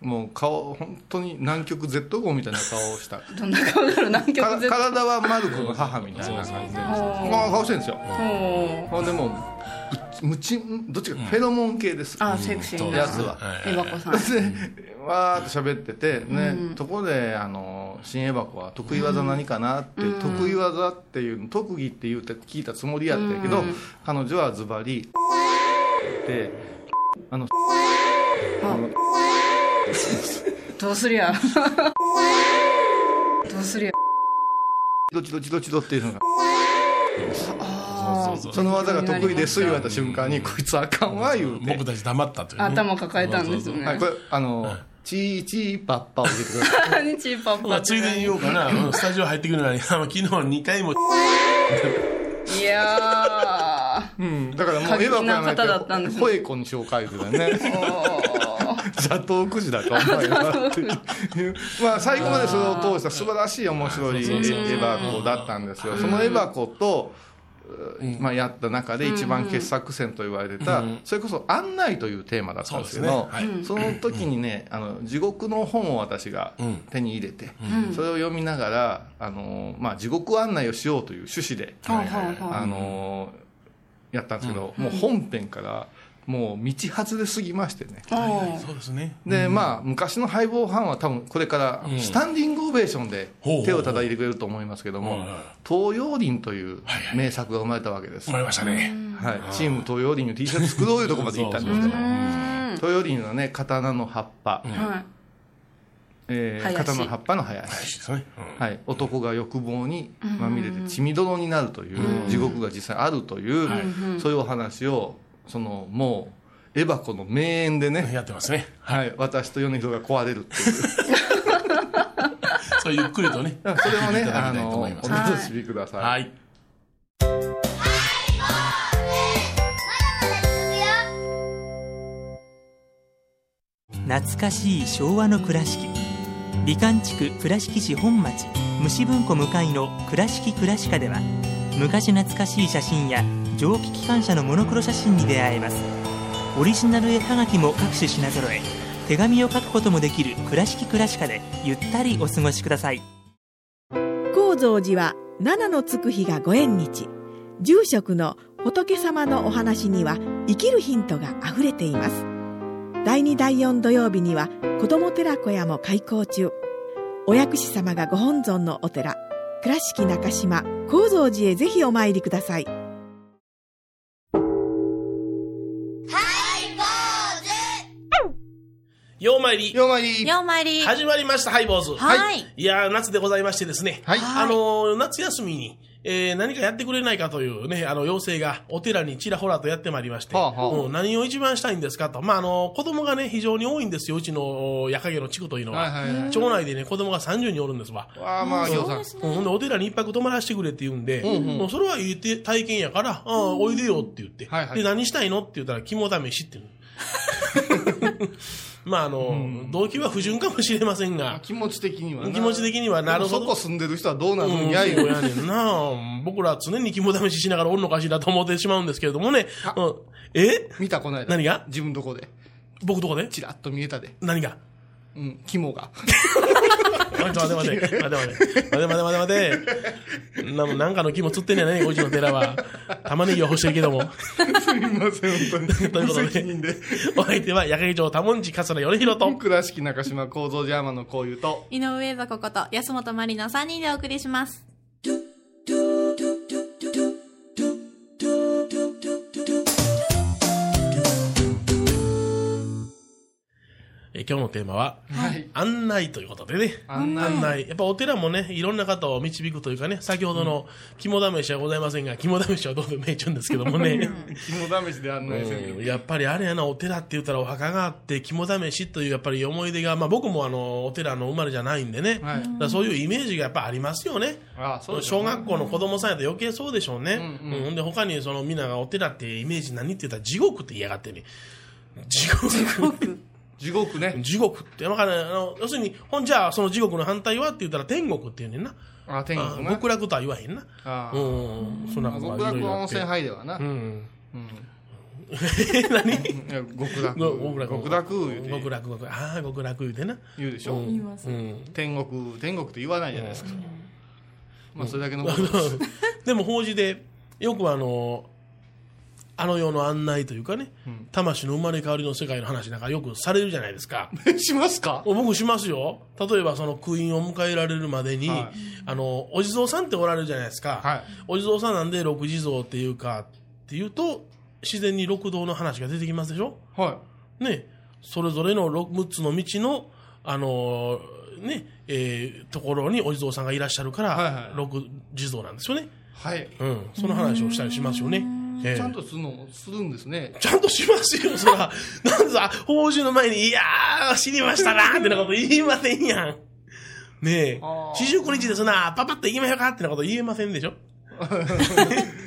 [SPEAKER 4] もう顔本当に南極 Z 号みたいな顔をした
[SPEAKER 2] どんな顔だろう、南
[SPEAKER 4] か
[SPEAKER 2] 極絶対。
[SPEAKER 4] 体はマルコの母みたいな感じでこんな顔してるんですよ
[SPEAKER 2] おー
[SPEAKER 4] ほんでもうむちどっちかフェロモン系です、
[SPEAKER 2] あ、セクシー
[SPEAKER 4] や
[SPEAKER 2] な。
[SPEAKER 4] つは、
[SPEAKER 2] エバコさん。
[SPEAKER 4] でわーっと喋ってて、ねとこであの新エバコは得意技何かなって、得意技っていうの特技って言うて聞いたつもりやったけど、彼女はズバリであの
[SPEAKER 2] どうすりゃ。どうすりゃ。
[SPEAKER 4] どっちどっちどっちどっていうのが
[SPEAKER 2] あ
[SPEAKER 4] その技が得意です言われた瞬間にこいつあかんわ言うて、
[SPEAKER 5] 僕たち黙ったという
[SPEAKER 2] あ。
[SPEAKER 5] ね。
[SPEAKER 2] 頭抱えたんです
[SPEAKER 4] は
[SPEAKER 2] ね
[SPEAKER 4] い、こ。れあの、チーチーパッパを入れてください
[SPEAKER 2] 何チーパッパ
[SPEAKER 5] ま
[SPEAKER 2] っ
[SPEAKER 5] あ、
[SPEAKER 2] て
[SPEAKER 5] ついでに言おうかな、うんスタジオ入ってくるのに、あの昨日2回も、
[SPEAKER 2] いやー。
[SPEAKER 4] うん、だからも
[SPEAKER 2] 過
[SPEAKER 4] うエ
[SPEAKER 2] 激
[SPEAKER 4] ヴァ
[SPEAKER 2] な
[SPEAKER 4] か
[SPEAKER 2] 方だ
[SPEAKER 4] ら
[SPEAKER 2] ったんで
[SPEAKER 4] ない
[SPEAKER 2] す
[SPEAKER 4] と
[SPEAKER 2] ね
[SPEAKER 4] ホエコに紹介だね
[SPEAKER 2] おー
[SPEAKER 4] 邪道くじだと思うよなっていうまあ最後までそれを通した素晴らしい面白いエヴァ子だったんですよそのエヴァ子と、まあ、やった中で一番傑作選と言われてた、それこそ「案内」というテーマだったんですけど
[SPEAKER 5] そうですね
[SPEAKER 4] その時にねあの地獄の本を私が手に入れて、それを読みながらあの、まあ、地獄案内をしようという趣旨で。
[SPEAKER 2] はいはいは
[SPEAKER 4] あのーやったんですけど、もう本編からもう道外れすぎましてね
[SPEAKER 2] い。おー
[SPEAKER 5] そうですね。
[SPEAKER 4] で、まあ昔のハイボーファンは多分これからスタンディングオベーションで
[SPEAKER 5] ほう
[SPEAKER 4] 手を叩いてくれると思いますけども、
[SPEAKER 5] はいはい
[SPEAKER 4] 東洋林という
[SPEAKER 5] はいはい
[SPEAKER 4] 名作が生まれたわけで
[SPEAKER 5] 生
[SPEAKER 4] す、
[SPEAKER 5] ま
[SPEAKER 4] はい
[SPEAKER 5] れましたね。
[SPEAKER 4] チーム東洋林の T シャツ作ろういうところまで行ったんですけど東洋林のね刀の葉っぱ、
[SPEAKER 2] はい。
[SPEAKER 4] えー
[SPEAKER 2] 林
[SPEAKER 4] 刀の葉っぱの林
[SPEAKER 5] ですね。
[SPEAKER 4] はい、男が欲望にまみれて血みどろになるという、地獄が実際あるという、そういうお話をそのもうエバコの名演で
[SPEAKER 5] うん
[SPEAKER 4] ね、
[SPEAKER 5] やってますね。
[SPEAKER 4] はい、私と米広が壊れるっていう
[SPEAKER 5] そう、ゆっくりとね。
[SPEAKER 4] それを
[SPEAKER 5] 聞いてい
[SPEAKER 4] ね
[SPEAKER 5] ただ
[SPEAKER 4] あ
[SPEAKER 5] きたいと
[SPEAKER 4] のお
[SPEAKER 5] 思います
[SPEAKER 4] 楽しみください、
[SPEAKER 5] はい。
[SPEAKER 6] まだまだ続くよ懐かしい昭和の倉敷美観地区倉敷市本町虫文庫向かいの「倉敷倉歯科」では昔懐かしい写真や蒸気機関車のモノクロ写真に出会えますオリジナル絵はがきも各種品揃え手紙を書くこともできる「倉敷倉歯科」でゆったりお過ごしください
[SPEAKER 7] 高蔵寺は七のつく日がご縁日住職の仏様のお話には生きるヒントがあふれています第2第4土曜日には子ども寺小屋も開校中お薬師様がご本尊のお寺倉敷中島・高蔵寺へぜひお参りください
[SPEAKER 3] ようまいり。
[SPEAKER 4] ようまいり。
[SPEAKER 8] ようまいり。
[SPEAKER 3] 始まりました、ハイボーズ。
[SPEAKER 8] はい。
[SPEAKER 3] いやー、夏でございましてですね。
[SPEAKER 4] はい。
[SPEAKER 3] あのー、夏休みに、えー、何かやってくれないかというね、あの、要請が、お寺にちらほらとやってまいりまして、はあはあ、うん、何を一番したいんですかと。まあ、あの、子供がね、非常に多いんですよ、うちの、矢影の地区というのは。はいはいはい、町内でね、子供が30人おるんですわ。
[SPEAKER 4] ああ、まあ、
[SPEAKER 3] ぎょ
[SPEAKER 4] うさん。
[SPEAKER 3] うん、ほんで、お寺に一泊泊まらせてくれって言うんで、うん、うん、もうそれは言って、体験やから、うん、おいでよって言って、はいはい、で、何したいのって言ったら、肝試しって言う。 まああの、うん、動機は不純かもしれませんが。
[SPEAKER 4] 気持ち的には
[SPEAKER 3] 気持ち的にはなるほど。
[SPEAKER 4] そこ住んでる人はどうなるんや、うん、
[SPEAKER 3] やねんな。僕ら常に肝試ししながらおんのかしらと思ってしまうんですけれどもね。うん、え
[SPEAKER 4] 見たこないだ。
[SPEAKER 3] 何が
[SPEAKER 4] 自分どこで。
[SPEAKER 3] 僕どこで
[SPEAKER 4] ちらっと見えたで。
[SPEAKER 3] 何が
[SPEAKER 4] うん、肝が。
[SPEAKER 3] 待て待て待て、待て待て、待て待て待て待て。な、なんかの木も釣ってんじゃないおじの寺は。玉ねぎは干してるけども。
[SPEAKER 4] すみません、本当に。
[SPEAKER 3] ということで、お相手は、矢掛城多文字桂頼弘と、
[SPEAKER 4] 倉敷中島幸三寺山のこういうと、
[SPEAKER 8] 井上箱こと、安本まりの3人でお送りします。
[SPEAKER 3] 今日のテーマは、はい、案内ということでね。
[SPEAKER 4] 案内。
[SPEAKER 3] 案内。やっぱお寺もね、いろんな方を導くというかね、先ほどの肝試しはございませんが、肝試しはどうでもええちゃうんですけどもね。
[SPEAKER 4] 肝試しで案内する、
[SPEAKER 3] うん、やっぱりあれやな、お寺って言ったらお墓があって、肝試しというやっぱり思い出が、まあ僕もあの、お寺の生まれじゃないんでね。はい、だそういうイメージがやっぱありますよね。
[SPEAKER 4] ああそう、ね、
[SPEAKER 3] 小学校の子供さんやと余計そうでしょうね。うん、うん、うん。で他にそのみんながお寺ってイメージ何って言ったら地獄って嫌がってね。地獄。
[SPEAKER 8] 地獄
[SPEAKER 4] 地獄ね。
[SPEAKER 3] 地獄って、だから、あの、要するに、ほんじゃあ、その地獄の反対はって言ったら天国って言うねんな。
[SPEAKER 4] あ、天国ね。
[SPEAKER 3] 極楽とは言わへんな。
[SPEAKER 4] あ
[SPEAKER 3] うん。そんなこと
[SPEAKER 4] 極楽温 泉入れはな。
[SPEAKER 3] うん。うん何
[SPEAKER 4] 極楽。極
[SPEAKER 3] 楽。
[SPEAKER 4] 極楽
[SPEAKER 3] 言うて。極楽、極楽。ああ、極楽言うてな。
[SPEAKER 4] 言うでしょ。。
[SPEAKER 8] 言います、うん
[SPEAKER 4] 天国、天国って言わないじゃないですか。まあ、それだけの
[SPEAKER 3] ことです。でも、法事で、よくあの、あの世の案内というかね、うん、魂の生まれ変わりの世界の話なんかよくされるじゃないですか。
[SPEAKER 4] しますか
[SPEAKER 3] 僕しますよ。例えばその空院を迎えられるまでに、はい、あの、お地蔵さんっておられるじゃないですか。
[SPEAKER 4] はい、
[SPEAKER 3] お地蔵さんなんで六地蔵っていうかっていうと、自然に六道の話が出てきますでしょ。
[SPEAKER 4] はい
[SPEAKER 3] ね、それぞれの六つの道の、あのー、ね、えー、ところにお地蔵さんがいらっしゃるから、はいはい、六地蔵なんですよね。
[SPEAKER 4] はい。
[SPEAKER 3] うん。その話をしたりしますよね。
[SPEAKER 4] ええ、ちゃんとするのもするんですね。
[SPEAKER 3] ちゃんとしますよ、そ ら。なんざ、報酬の前に、いやー、死にましたなーってなこと言いませんやん。ねえ、四十九日ですな、パパッと行きましょうかってなこと言えませんでしょ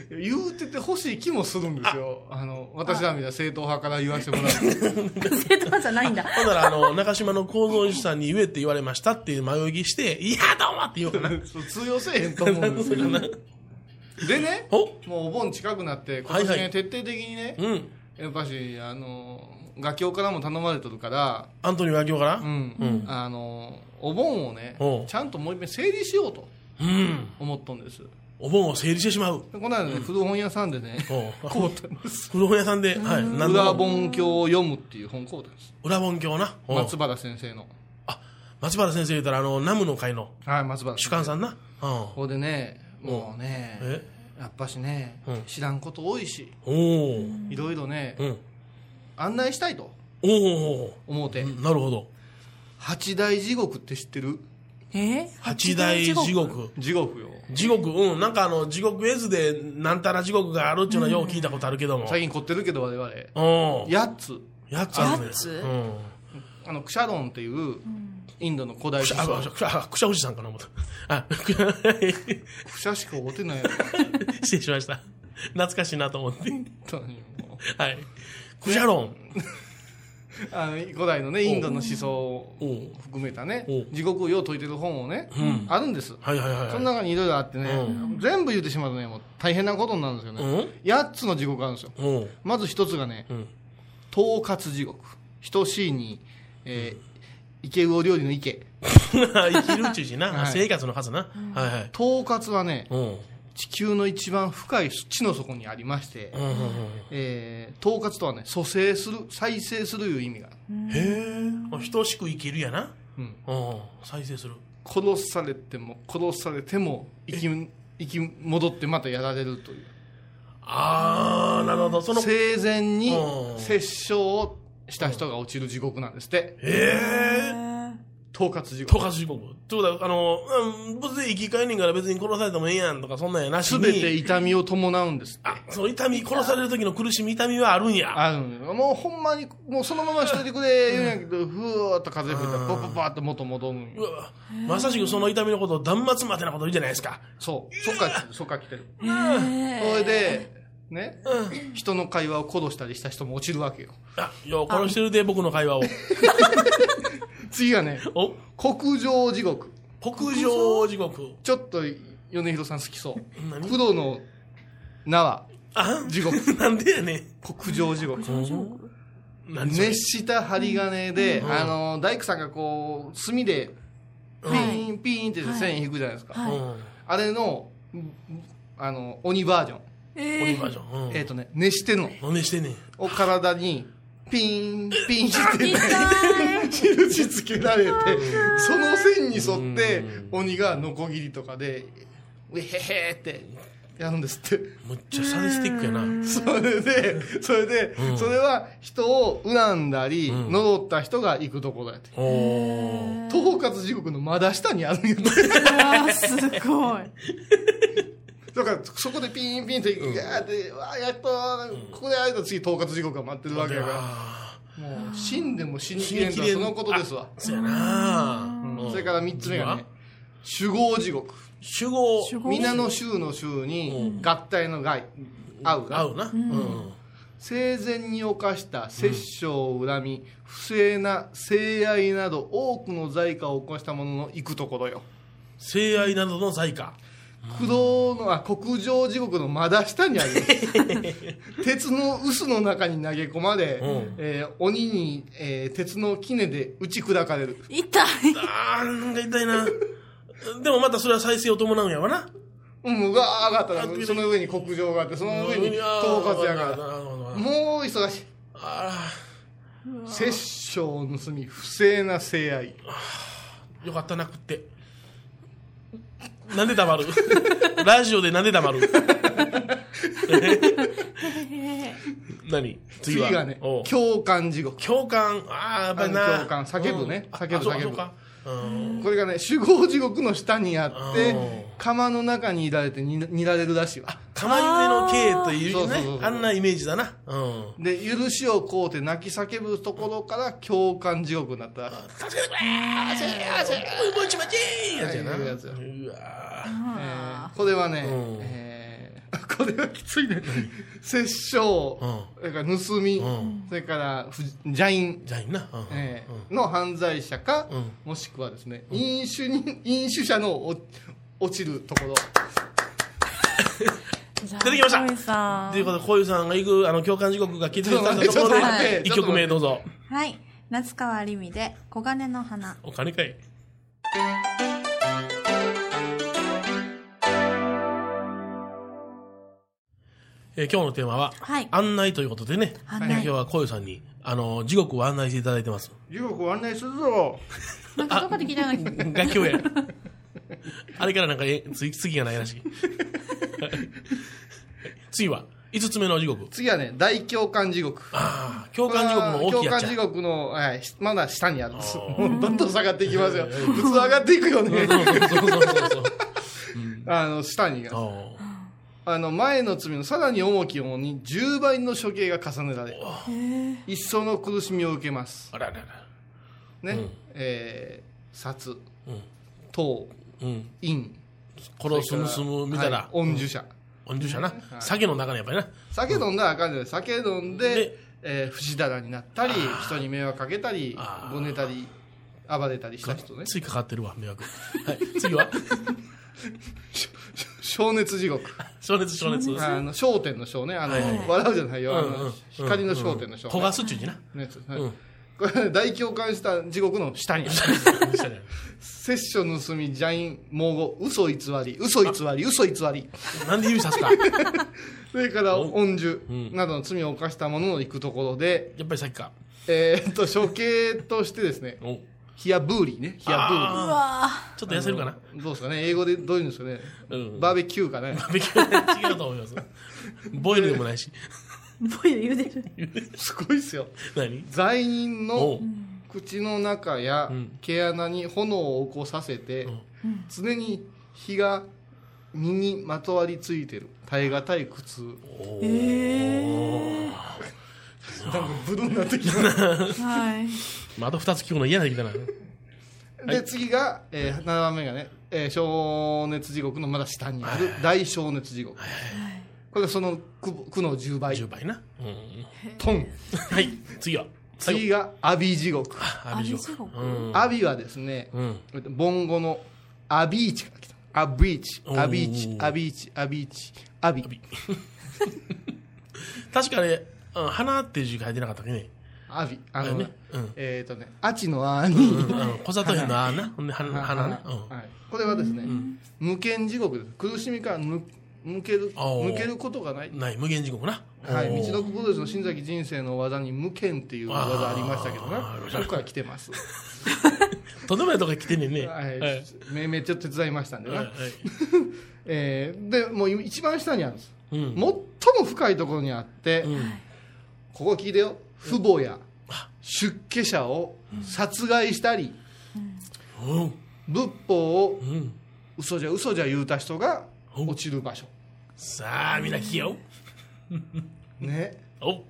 [SPEAKER 4] 言うてて欲しい気もするんですよ。あの、私はみんな正統派から言わせてもら う。
[SPEAKER 8] 正統派じゃないんだ。
[SPEAKER 3] ほんなら、あ の、中島の構造師さんに言えって言われましたっていう迷い着して、いや、どうもって言おうかな。
[SPEAKER 4] 通用せえへんと思うんです よ。でね、もうお盆近くなって、今年ね、はいはい、徹底的にね、
[SPEAKER 3] うん、
[SPEAKER 4] やっぱし、あの、画協からも頼まれてるから、
[SPEAKER 3] アントニー画協から、
[SPEAKER 4] うん、うん、あの、お盆をね、ちゃんともう一遍整理しようと思ったんです。うん、
[SPEAKER 3] お盆を整理してしまう。
[SPEAKER 4] この間ね、古本屋さんでね、買うたんです。
[SPEAKER 3] 古本屋さんで、はい、
[SPEAKER 4] 裏本経を読むっていう本買うたんです。
[SPEAKER 3] 裏本経な。
[SPEAKER 4] 松原先生の。
[SPEAKER 3] あ、松原先生言ったら、あの、ナムの会の。
[SPEAKER 4] はい、松原
[SPEAKER 3] 主幹さんな。
[SPEAKER 4] うん。ここでね、もうね、やっぱしね、うん、知らんこと多いし、いろいろね、うん、案内したいと思うて。
[SPEAKER 3] なるほど。
[SPEAKER 4] 八大地獄って知ってる
[SPEAKER 8] え
[SPEAKER 3] 八大地獄。
[SPEAKER 4] 地獄よ。
[SPEAKER 3] 地獄、うん。なんかあの、地獄絵図で、なんたら地獄があるっていうのはよう聞いたことあるけども。
[SPEAKER 4] 最近凝ってるけど、我々。
[SPEAKER 3] 八
[SPEAKER 4] つ。
[SPEAKER 3] 八つ
[SPEAKER 8] あるね。8つ、
[SPEAKER 4] うん、あの、クシャロンっていう、インドの古代
[SPEAKER 3] 思想。くしゃ、くしゃおじさんかな思った。あ、 く
[SPEAKER 4] しゃしかおて ないやろ。
[SPEAKER 3] 失礼しました。懐かしいなと思って。はい。くしゃろん。
[SPEAKER 4] あの古代のねインドの思想を含めたね
[SPEAKER 3] おう
[SPEAKER 4] 地獄をよう解いてる本をね、
[SPEAKER 3] ん
[SPEAKER 4] あるんです、
[SPEAKER 3] はいはいはいはい。
[SPEAKER 4] その中にいろいろあってね、全部言ってしまうとねもう大変なことになるんですよ
[SPEAKER 3] う
[SPEAKER 4] ね、
[SPEAKER 3] ん
[SPEAKER 4] 8つの地獄があるんですよ
[SPEAKER 3] うん。
[SPEAKER 4] まず一つがね
[SPEAKER 3] うん。
[SPEAKER 4] 統括地獄等しいに、えー、池魚料理の池
[SPEAKER 3] 生きるうちにな、
[SPEAKER 4] はい
[SPEAKER 3] 生活の数な。はいはい。
[SPEAKER 4] 統括はね
[SPEAKER 3] うん。
[SPEAKER 4] 地球の一番深い地の底にありまして、
[SPEAKER 3] うんうん
[SPEAKER 4] えー統括とはね蘇生する再生するいう意味がある
[SPEAKER 3] うん。へえ。等しく生きるやな。
[SPEAKER 4] うん
[SPEAKER 3] うん。再生する。
[SPEAKER 4] 殺されても殺されても生き生き戻ってまたやられるという
[SPEAKER 3] ああ、なるほど。その、へ
[SPEAKER 4] 生前に
[SPEAKER 3] うん
[SPEAKER 4] 殺生をした人が落ちる地獄なんですって
[SPEAKER 3] え。
[SPEAKER 4] 統括地
[SPEAKER 3] と
[SPEAKER 4] 獄
[SPEAKER 3] か地獄。ってことは、あの、うん、別に生き返んねんから別に殺されてもええやんとか、そんなんやなし
[SPEAKER 4] す
[SPEAKER 3] に。
[SPEAKER 4] べて痛みを伴うんですって
[SPEAKER 3] あ、その痛み、殺される時の苦しみ、痛みはあるんや。
[SPEAKER 4] あるのよもうほんまにもうそのまましといてくれ言うんやけどふーっと風吹いたらパパパーっと元戻るん
[SPEAKER 3] う
[SPEAKER 4] よ
[SPEAKER 3] わまさしくその痛みのことを断末魔てなこと言うじゃないですか。
[SPEAKER 4] そうそっから来てるそっから来てる
[SPEAKER 3] うん。
[SPEAKER 4] それでね
[SPEAKER 3] うん
[SPEAKER 4] 人の会話を殺したりした人も落ちるわけよ
[SPEAKER 3] あ、よう殺してるで、僕の会 話を。
[SPEAKER 4] 次がね
[SPEAKER 3] お
[SPEAKER 4] 国上地獄
[SPEAKER 3] 北上地獄。
[SPEAKER 4] ちょっと米広さん好きそう
[SPEAKER 3] 何
[SPEAKER 4] 工藤の名は
[SPEAKER 3] あ
[SPEAKER 4] 地獄
[SPEAKER 3] なんでやねん。
[SPEAKER 4] 国上地 獄
[SPEAKER 3] 何それ
[SPEAKER 4] 熱した針金で、
[SPEAKER 3] うん
[SPEAKER 4] あの大工さんがこう墨でピーンピーンって線引くじゃないですか、
[SPEAKER 8] はい
[SPEAKER 3] うん。
[SPEAKER 4] あれのうんあの鬼バージョン、
[SPEAKER 3] 鬼バージョン。うん
[SPEAKER 4] えっ、とね熱してるの
[SPEAKER 3] 何してんねん。
[SPEAKER 4] を体にピーンピーンって
[SPEAKER 8] 痛い
[SPEAKER 4] 印つけられてその線に沿って
[SPEAKER 3] う
[SPEAKER 4] 鬼がノコギリとかでウェヘヘってやるんですって
[SPEAKER 3] むっちゃサディスティックやな。
[SPEAKER 4] それで、それで、
[SPEAKER 3] うん
[SPEAKER 4] それは人を恨んだり、
[SPEAKER 3] うん
[SPEAKER 4] 呪った人が行くとこだって。
[SPEAKER 3] おー
[SPEAKER 4] 統括地獄の真だ下にあるんやって。
[SPEAKER 8] あーすごい
[SPEAKER 4] だから、そこでピンピンって、
[SPEAKER 3] うん
[SPEAKER 4] ガーって、わあ、やっと、ここで会えたら次統括地獄が待ってるわけだか
[SPEAKER 3] あ
[SPEAKER 4] ら、もう死んでも死に
[SPEAKER 3] ー
[SPEAKER 4] きれんとはそのことですわ。
[SPEAKER 3] あそうやな
[SPEAKER 4] うんそれから3つ目がね
[SPEAKER 3] う、
[SPEAKER 4] 守護地獄。
[SPEAKER 3] 主語
[SPEAKER 4] 皆の衆の衆に、合体の害、合う
[SPEAKER 3] 合
[SPEAKER 4] が、
[SPEAKER 3] うな。うん。
[SPEAKER 4] 生前に犯した殺生を恨み、不正な性愛など多くの罪過を起こしたものの行くところよ
[SPEAKER 3] 性愛などの罪か。
[SPEAKER 4] 苦道のあ国上地獄の真だ下にあります鉄の臼の中に投げ込まれ、
[SPEAKER 3] うん
[SPEAKER 4] えー鬼に、えー鉄の杵で打ち砕かれる
[SPEAKER 8] 痛い
[SPEAKER 3] あー、なんか痛いな。 でもまたそれは再生を伴うんやわな。
[SPEAKER 4] うんうわー上がった
[SPEAKER 3] あ
[SPEAKER 4] らその上に国上があってその上に
[SPEAKER 3] うん
[SPEAKER 4] 統括やから
[SPEAKER 3] なるほどな
[SPEAKER 4] もう忙しい
[SPEAKER 3] あ
[SPEAKER 4] 殺生を盗み不正な性愛
[SPEAKER 3] ーよかったなくって。なんで黙る ラジオでなんで 黙る何次
[SPEAKER 4] 次
[SPEAKER 3] は
[SPEAKER 4] がね
[SPEAKER 3] おう
[SPEAKER 4] 共感地獄
[SPEAKER 3] 共感。ああ、やっぱりな。
[SPEAKER 4] あの共感叫ぶね
[SPEAKER 3] うん
[SPEAKER 4] 叫ぶ
[SPEAKER 3] あそうか
[SPEAKER 4] 叫ぶ
[SPEAKER 3] そうかうん
[SPEAKER 4] これがね守護地獄の下にあって
[SPEAKER 3] うん
[SPEAKER 4] 釜の中にいられて煮煮られるらしいわ
[SPEAKER 3] 釜茹での刑と
[SPEAKER 4] そ
[SPEAKER 3] いうう
[SPEAKER 4] そうそう
[SPEAKER 3] ね
[SPEAKER 4] そ。う
[SPEAKER 3] あんなイメージだな。うん。
[SPEAKER 4] で許しをこうて泣き叫ぶところから共感地獄になったらしい
[SPEAKER 3] ぼちぼちーやつやな。
[SPEAKER 4] は
[SPEAKER 3] う
[SPEAKER 4] い
[SPEAKER 3] わ
[SPEAKER 4] やつや
[SPEAKER 3] ー
[SPEAKER 4] えーこれはね、
[SPEAKER 3] うん
[SPEAKER 4] えー これはきついね殺生、それから盗み、
[SPEAKER 3] うん
[SPEAKER 4] それからふ邪淫、
[SPEAKER 3] じゃあいいな。うん
[SPEAKER 4] えーの犯罪者か、
[SPEAKER 3] うん
[SPEAKER 4] もしくはですね飲酒に 飲酒者のお落ちるところ
[SPEAKER 3] 出てきました
[SPEAKER 8] じゃあ小井さん
[SPEAKER 3] ということで、こういうさんが行く、あの、共感時刻が気づいた
[SPEAKER 4] ち
[SPEAKER 3] と
[SPEAKER 4] ょっ
[SPEAKER 3] ことろ
[SPEAKER 4] 待って
[SPEAKER 3] で、一曲目どうぞ。
[SPEAKER 8] はい夏川りみで黄金の花
[SPEAKER 3] お金かい。えー今日のテーマは、
[SPEAKER 8] はい
[SPEAKER 3] 案内ということでね、
[SPEAKER 8] 案
[SPEAKER 3] 今
[SPEAKER 8] 内
[SPEAKER 3] 日はこういうさんに、あの、時刻を案内していただいてます。
[SPEAKER 4] 地獄を案内するぞ
[SPEAKER 8] なんかどこで聞いたような
[SPEAKER 3] 楽器をやる。あれからなんか、え次、次がないらしい。 次は、五つ目の時刻。
[SPEAKER 4] 次はね大共感地獄
[SPEAKER 3] ああ、共感時刻の大きいや
[SPEAKER 4] 共
[SPEAKER 3] つ
[SPEAKER 4] 感地
[SPEAKER 3] や。
[SPEAKER 4] 獄の、はい、まだ下にあるんです。
[SPEAKER 3] あ
[SPEAKER 4] どんどん下がっていきますよ。普通上がっていくよね。
[SPEAKER 3] そうそうそうそう。
[SPEAKER 4] あの、下にが。
[SPEAKER 3] ああ
[SPEAKER 4] あの、前の罪のさらに重き重に10倍の処刑が重ねられ、一層の苦しみを受けます。
[SPEAKER 3] あららら。う
[SPEAKER 4] ね。
[SPEAKER 3] ん
[SPEAKER 4] えー、殺、
[SPEAKER 3] うん
[SPEAKER 4] 盗、
[SPEAKER 3] うん。
[SPEAKER 4] 淫。
[SPEAKER 3] 殺す盗む見た
[SPEAKER 4] はい
[SPEAKER 3] ら、
[SPEAKER 4] 恩受者。
[SPEAKER 3] 恩受者な。酒の中にやっぱりな。
[SPEAKER 4] 酒飲んだらあかんじゃない。酒飲んで、
[SPEAKER 3] で
[SPEAKER 4] えー、藤棚になったり
[SPEAKER 3] あー
[SPEAKER 4] 人に迷惑かけたり
[SPEAKER 3] あー
[SPEAKER 4] ごねたり暴れたりした人ね
[SPEAKER 3] ついかかってるわ、迷惑。はい、次は
[SPEAKER 4] 小熱地獄
[SPEAKER 3] 小熱、小熱。
[SPEAKER 4] あの焦点の焦ねあの、
[SPEAKER 3] はいはい
[SPEAKER 4] 笑うじゃないよ、あ
[SPEAKER 3] うんうん
[SPEAKER 4] の光の焦点の焦、ね
[SPEAKER 3] 焦がすっちゅうにな。
[SPEAKER 4] ねはい
[SPEAKER 3] うん
[SPEAKER 4] これ大共感した地獄の下にある摂取盗み邪淫猛語嘘偽り嘘偽り嘘偽り
[SPEAKER 3] なんで指さすか
[SPEAKER 4] それから恩寿
[SPEAKER 3] ん
[SPEAKER 4] などの罪を犯した者の行くところで、
[SPEAKER 3] やっぱりさっきか。
[SPEAKER 4] えーっと処刑としてですね
[SPEAKER 3] お
[SPEAKER 4] ヒアブーリーねヒアブーリー
[SPEAKER 3] あ
[SPEAKER 8] わ
[SPEAKER 3] ーちょっと痩せるかな。
[SPEAKER 4] どうですかね英語でどういうんですかね、
[SPEAKER 3] うん
[SPEAKER 4] バーベキューかね
[SPEAKER 3] バーベキュー違うと思います。ボイルでもないし。
[SPEAKER 8] ー。ボイル茹でる。
[SPEAKER 4] すごいですよ
[SPEAKER 3] 何
[SPEAKER 4] 罪人
[SPEAKER 3] お
[SPEAKER 4] の口の中や
[SPEAKER 3] うん
[SPEAKER 4] 毛穴に炎を起こさせて、常に火が身にまとわりついてる耐え難い苦痛
[SPEAKER 3] お
[SPEAKER 4] なんかブルーになってきた
[SPEAKER 8] はい。
[SPEAKER 3] まあ、あと二つ聞くの嫌なってきたな。
[SPEAKER 4] で次が、えー、7番目がね、えー、小熱地獄のまだ下にある大小熱地獄これがその苦苦の10倍
[SPEAKER 3] 10倍な。うん。
[SPEAKER 4] トン
[SPEAKER 3] はい、次は。
[SPEAKER 4] 次がアビ地獄
[SPEAKER 3] アビジョ
[SPEAKER 8] アビジョ
[SPEAKER 3] うん。
[SPEAKER 4] アビはですね、
[SPEAKER 3] うん。
[SPEAKER 4] ボンゴのアビーチから来た。アビーチ、
[SPEAKER 3] おー
[SPEAKER 4] アビーチ、アビーチ、アビーチ、アビ、
[SPEAKER 3] 確かね、うん花っていう字書いてなかったっけね。
[SPEAKER 4] アビ、あの
[SPEAKER 3] だよ
[SPEAKER 4] ね
[SPEAKER 3] ねうん、
[SPEAKER 4] えっとね、アチのアに、
[SPEAKER 3] うん。小里編のあーな。ほんで、花花な。うん。
[SPEAKER 4] はいこれはですね、無間地獄です。苦しみからぬ抜ける、
[SPEAKER 3] おー
[SPEAKER 4] 抜けることがない。
[SPEAKER 3] ない無限地獄な。
[SPEAKER 4] はい、
[SPEAKER 3] おー
[SPEAKER 4] 道のくプロレスの新崎人生の技に無間っていう技ありましたけど
[SPEAKER 3] あ
[SPEAKER 4] な
[SPEAKER 3] ー、
[SPEAKER 4] そこから来 てます。
[SPEAKER 3] とんでもないとこ来てんねんね。
[SPEAKER 4] は
[SPEAKER 3] はいい。、
[SPEAKER 4] めめっちゃ手伝いましたんで
[SPEAKER 3] はい
[SPEAKER 4] な。えーで、もう一番下にあるんです。
[SPEAKER 3] うん。
[SPEAKER 4] 最も深いところにあって、
[SPEAKER 3] うん
[SPEAKER 4] ここ聞いてよ父母や出家者を殺害したり、
[SPEAKER 3] うん。
[SPEAKER 4] 仏法を
[SPEAKER 3] うん。
[SPEAKER 4] 嘘じゃ嘘じゃ言うた人が
[SPEAKER 3] うん
[SPEAKER 4] 落ちる場所、
[SPEAKER 3] さあ、みんな来よ。
[SPEAKER 4] ね
[SPEAKER 3] お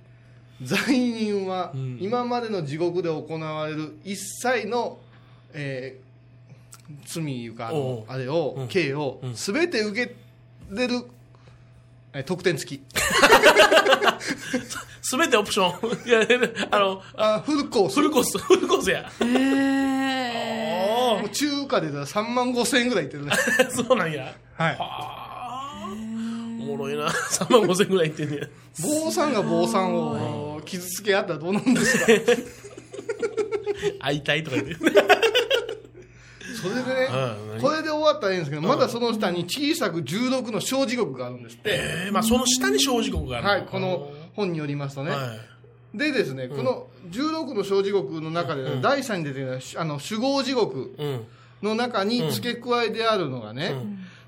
[SPEAKER 4] 罪人は
[SPEAKER 3] ん
[SPEAKER 4] 今までの地獄で行われる一切の、えー罪いうかあの
[SPEAKER 3] おう
[SPEAKER 4] あれを、
[SPEAKER 3] うん
[SPEAKER 4] 刑を
[SPEAKER 3] うん
[SPEAKER 4] 全て受けれる、えー得点付き
[SPEAKER 3] すべてオプション。 いや、あの、
[SPEAKER 4] あフルコース
[SPEAKER 3] フルコース、フルコースや。
[SPEAKER 4] もう中華で言ったら3万5千円ぐらいいってるね
[SPEAKER 3] そうなんや。
[SPEAKER 4] はい
[SPEAKER 3] おもろいな。3万5千ぐらいいってんねや。
[SPEAKER 4] 坊さんが坊さんを傷つけ合ったらどうな んですか
[SPEAKER 3] 会いたいとか言って。
[SPEAKER 4] それでね
[SPEAKER 3] うん
[SPEAKER 4] これで終わったらいいんですけどまだその下に小さく16の小地獄があるんですって
[SPEAKER 3] えー、まあその下に小時刻がある。
[SPEAKER 4] はいこの本によりますとね
[SPEAKER 3] はい。
[SPEAKER 4] でですねこの16の小地獄の中で第3に出てくるのはあの首号地獄
[SPEAKER 3] うん。
[SPEAKER 4] の中に付け加えてあるのがね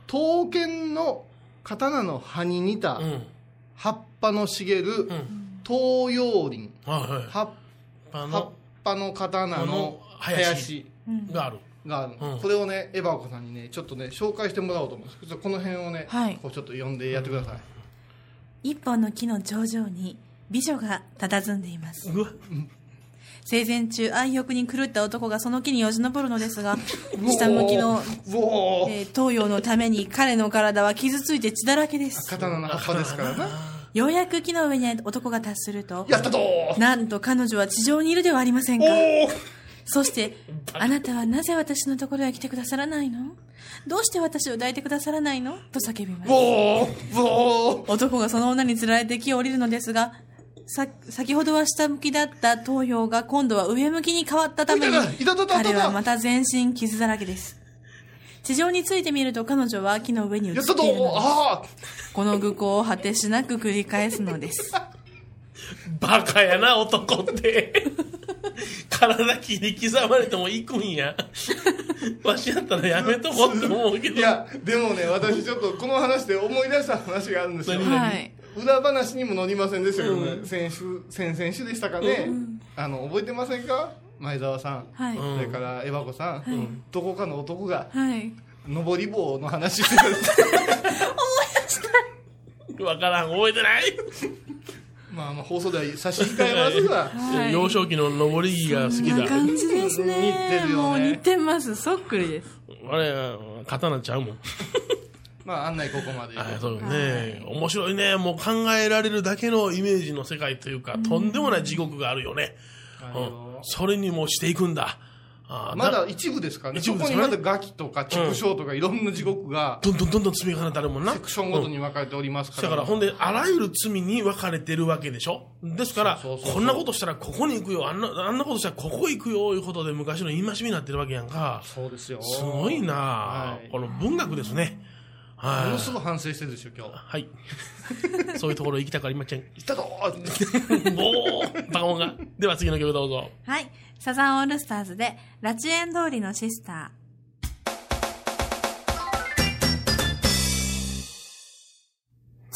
[SPEAKER 4] 刀剣の刀の葉に似た
[SPEAKER 3] うん。
[SPEAKER 4] 葉っぱの茂る
[SPEAKER 3] ん
[SPEAKER 4] 東洋林
[SPEAKER 3] はいはい。
[SPEAKER 4] 葉っ
[SPEAKER 3] あ
[SPEAKER 4] 葉っ
[SPEAKER 3] の、
[SPEAKER 4] ぱの刀の林
[SPEAKER 3] がある。
[SPEAKER 4] があるの、
[SPEAKER 3] うん
[SPEAKER 4] これをねエバ子さんにねちょっとね紹介してもらおうと思うんですけどこの辺をね、
[SPEAKER 8] はい
[SPEAKER 4] こうちょっと読んでやってください、
[SPEAKER 8] 一本の木の頂上に美女が佇んでいます。
[SPEAKER 3] うわ、
[SPEAKER 8] 生前中、愛欲に狂った男がその木によじ登るのです が、
[SPEAKER 4] おー
[SPEAKER 8] 下向きの、
[SPEAKER 4] うおー
[SPEAKER 8] えー東洋のために彼の体は傷ついて血だらけです。
[SPEAKER 4] 刀の葉っぱですからな
[SPEAKER 8] ようやく木の上に男が達すると、
[SPEAKER 4] やったぞー
[SPEAKER 8] なんと彼女は地上にいるではありませんか。
[SPEAKER 4] おー
[SPEAKER 8] そして、あなたはなぜ私のところへ来てくださらないのどうして私を抱いてくださらないのと叫びます。
[SPEAKER 4] おーおー
[SPEAKER 8] 男がその女に連られて木を降りるのですが、さ、先ほどは下向きだった東洋が今度は上向きに変わったために、
[SPEAKER 4] いたたいたたいた
[SPEAKER 8] 彼はまた全身傷だらけです。地上についてみると彼女は木の上に移って
[SPEAKER 4] やっ
[SPEAKER 8] い
[SPEAKER 4] たぞ
[SPEAKER 8] る
[SPEAKER 4] ー
[SPEAKER 8] のです。
[SPEAKER 4] ああ
[SPEAKER 8] この愚行を果てしなく繰り返すのです。
[SPEAKER 3] バカやな、男って。 体切り刻まれても行くんや。わしやったらやめとこうって思うけど。
[SPEAKER 4] いやでもね私ちょっとこの話で思い出した話があるんですよ
[SPEAKER 3] 何々
[SPEAKER 8] はい。
[SPEAKER 4] 裏話にも載りませんでしたけどね、先週先々週でしたかね、あの覚えてませんか前澤さん、
[SPEAKER 8] はい
[SPEAKER 4] それからエバ子さん、どこかの男が
[SPEAKER 8] はい。
[SPEAKER 4] 上り棒の話してた
[SPEAKER 3] わからん、覚えてない、
[SPEAKER 4] まあまあ放送では差し控えますが
[SPEAKER 8] はい
[SPEAKER 3] 幼少期の登り木が好き
[SPEAKER 8] こん
[SPEAKER 3] だ
[SPEAKER 8] な。感じですね。
[SPEAKER 4] 似てるよね
[SPEAKER 8] もう似てます。そっくりです。
[SPEAKER 3] あれ、刀ちゃうもん。
[SPEAKER 4] まあ案内ここまで。
[SPEAKER 3] あそうね、面白いね。もう考えられるだけのイメージの世界というか、とんでもない地獄があるよね。うん、それにもうしていくんだ。あー
[SPEAKER 4] まだ
[SPEAKER 3] な
[SPEAKER 4] 一部ですからね。
[SPEAKER 3] 一
[SPEAKER 4] そ
[SPEAKER 3] 部で
[SPEAKER 4] こ
[SPEAKER 3] す
[SPEAKER 4] に
[SPEAKER 3] よね
[SPEAKER 4] まだガキとか畜生とかいろんな地獄が、
[SPEAKER 3] どんどんどんどん積み重ねてあるもんな。
[SPEAKER 4] セクションごとに分かれておりますか
[SPEAKER 3] だ
[SPEAKER 4] ら。
[SPEAKER 3] から、ほんで、あらゆる罪に分かれてるわけでしょですから、
[SPEAKER 4] そうそうそうそう
[SPEAKER 3] こんなことしたらここに行くよ、あんな、あんなことしたらここ行くよ、いうことで昔の戒めになってるわけやんか。
[SPEAKER 4] そうですよ。
[SPEAKER 3] すごいな、
[SPEAKER 4] はい
[SPEAKER 3] この文学ですね。
[SPEAKER 4] も
[SPEAKER 3] は
[SPEAKER 4] の
[SPEAKER 3] い
[SPEAKER 4] す。ごい反省してるでしょ、今日。
[SPEAKER 3] はい。そういうところ行きたくありません。
[SPEAKER 4] 行ったぞ
[SPEAKER 3] おーバカモンが。では次の曲どうぞ。
[SPEAKER 8] はい。サザンオールスターズで、ラチエン通りのシスター。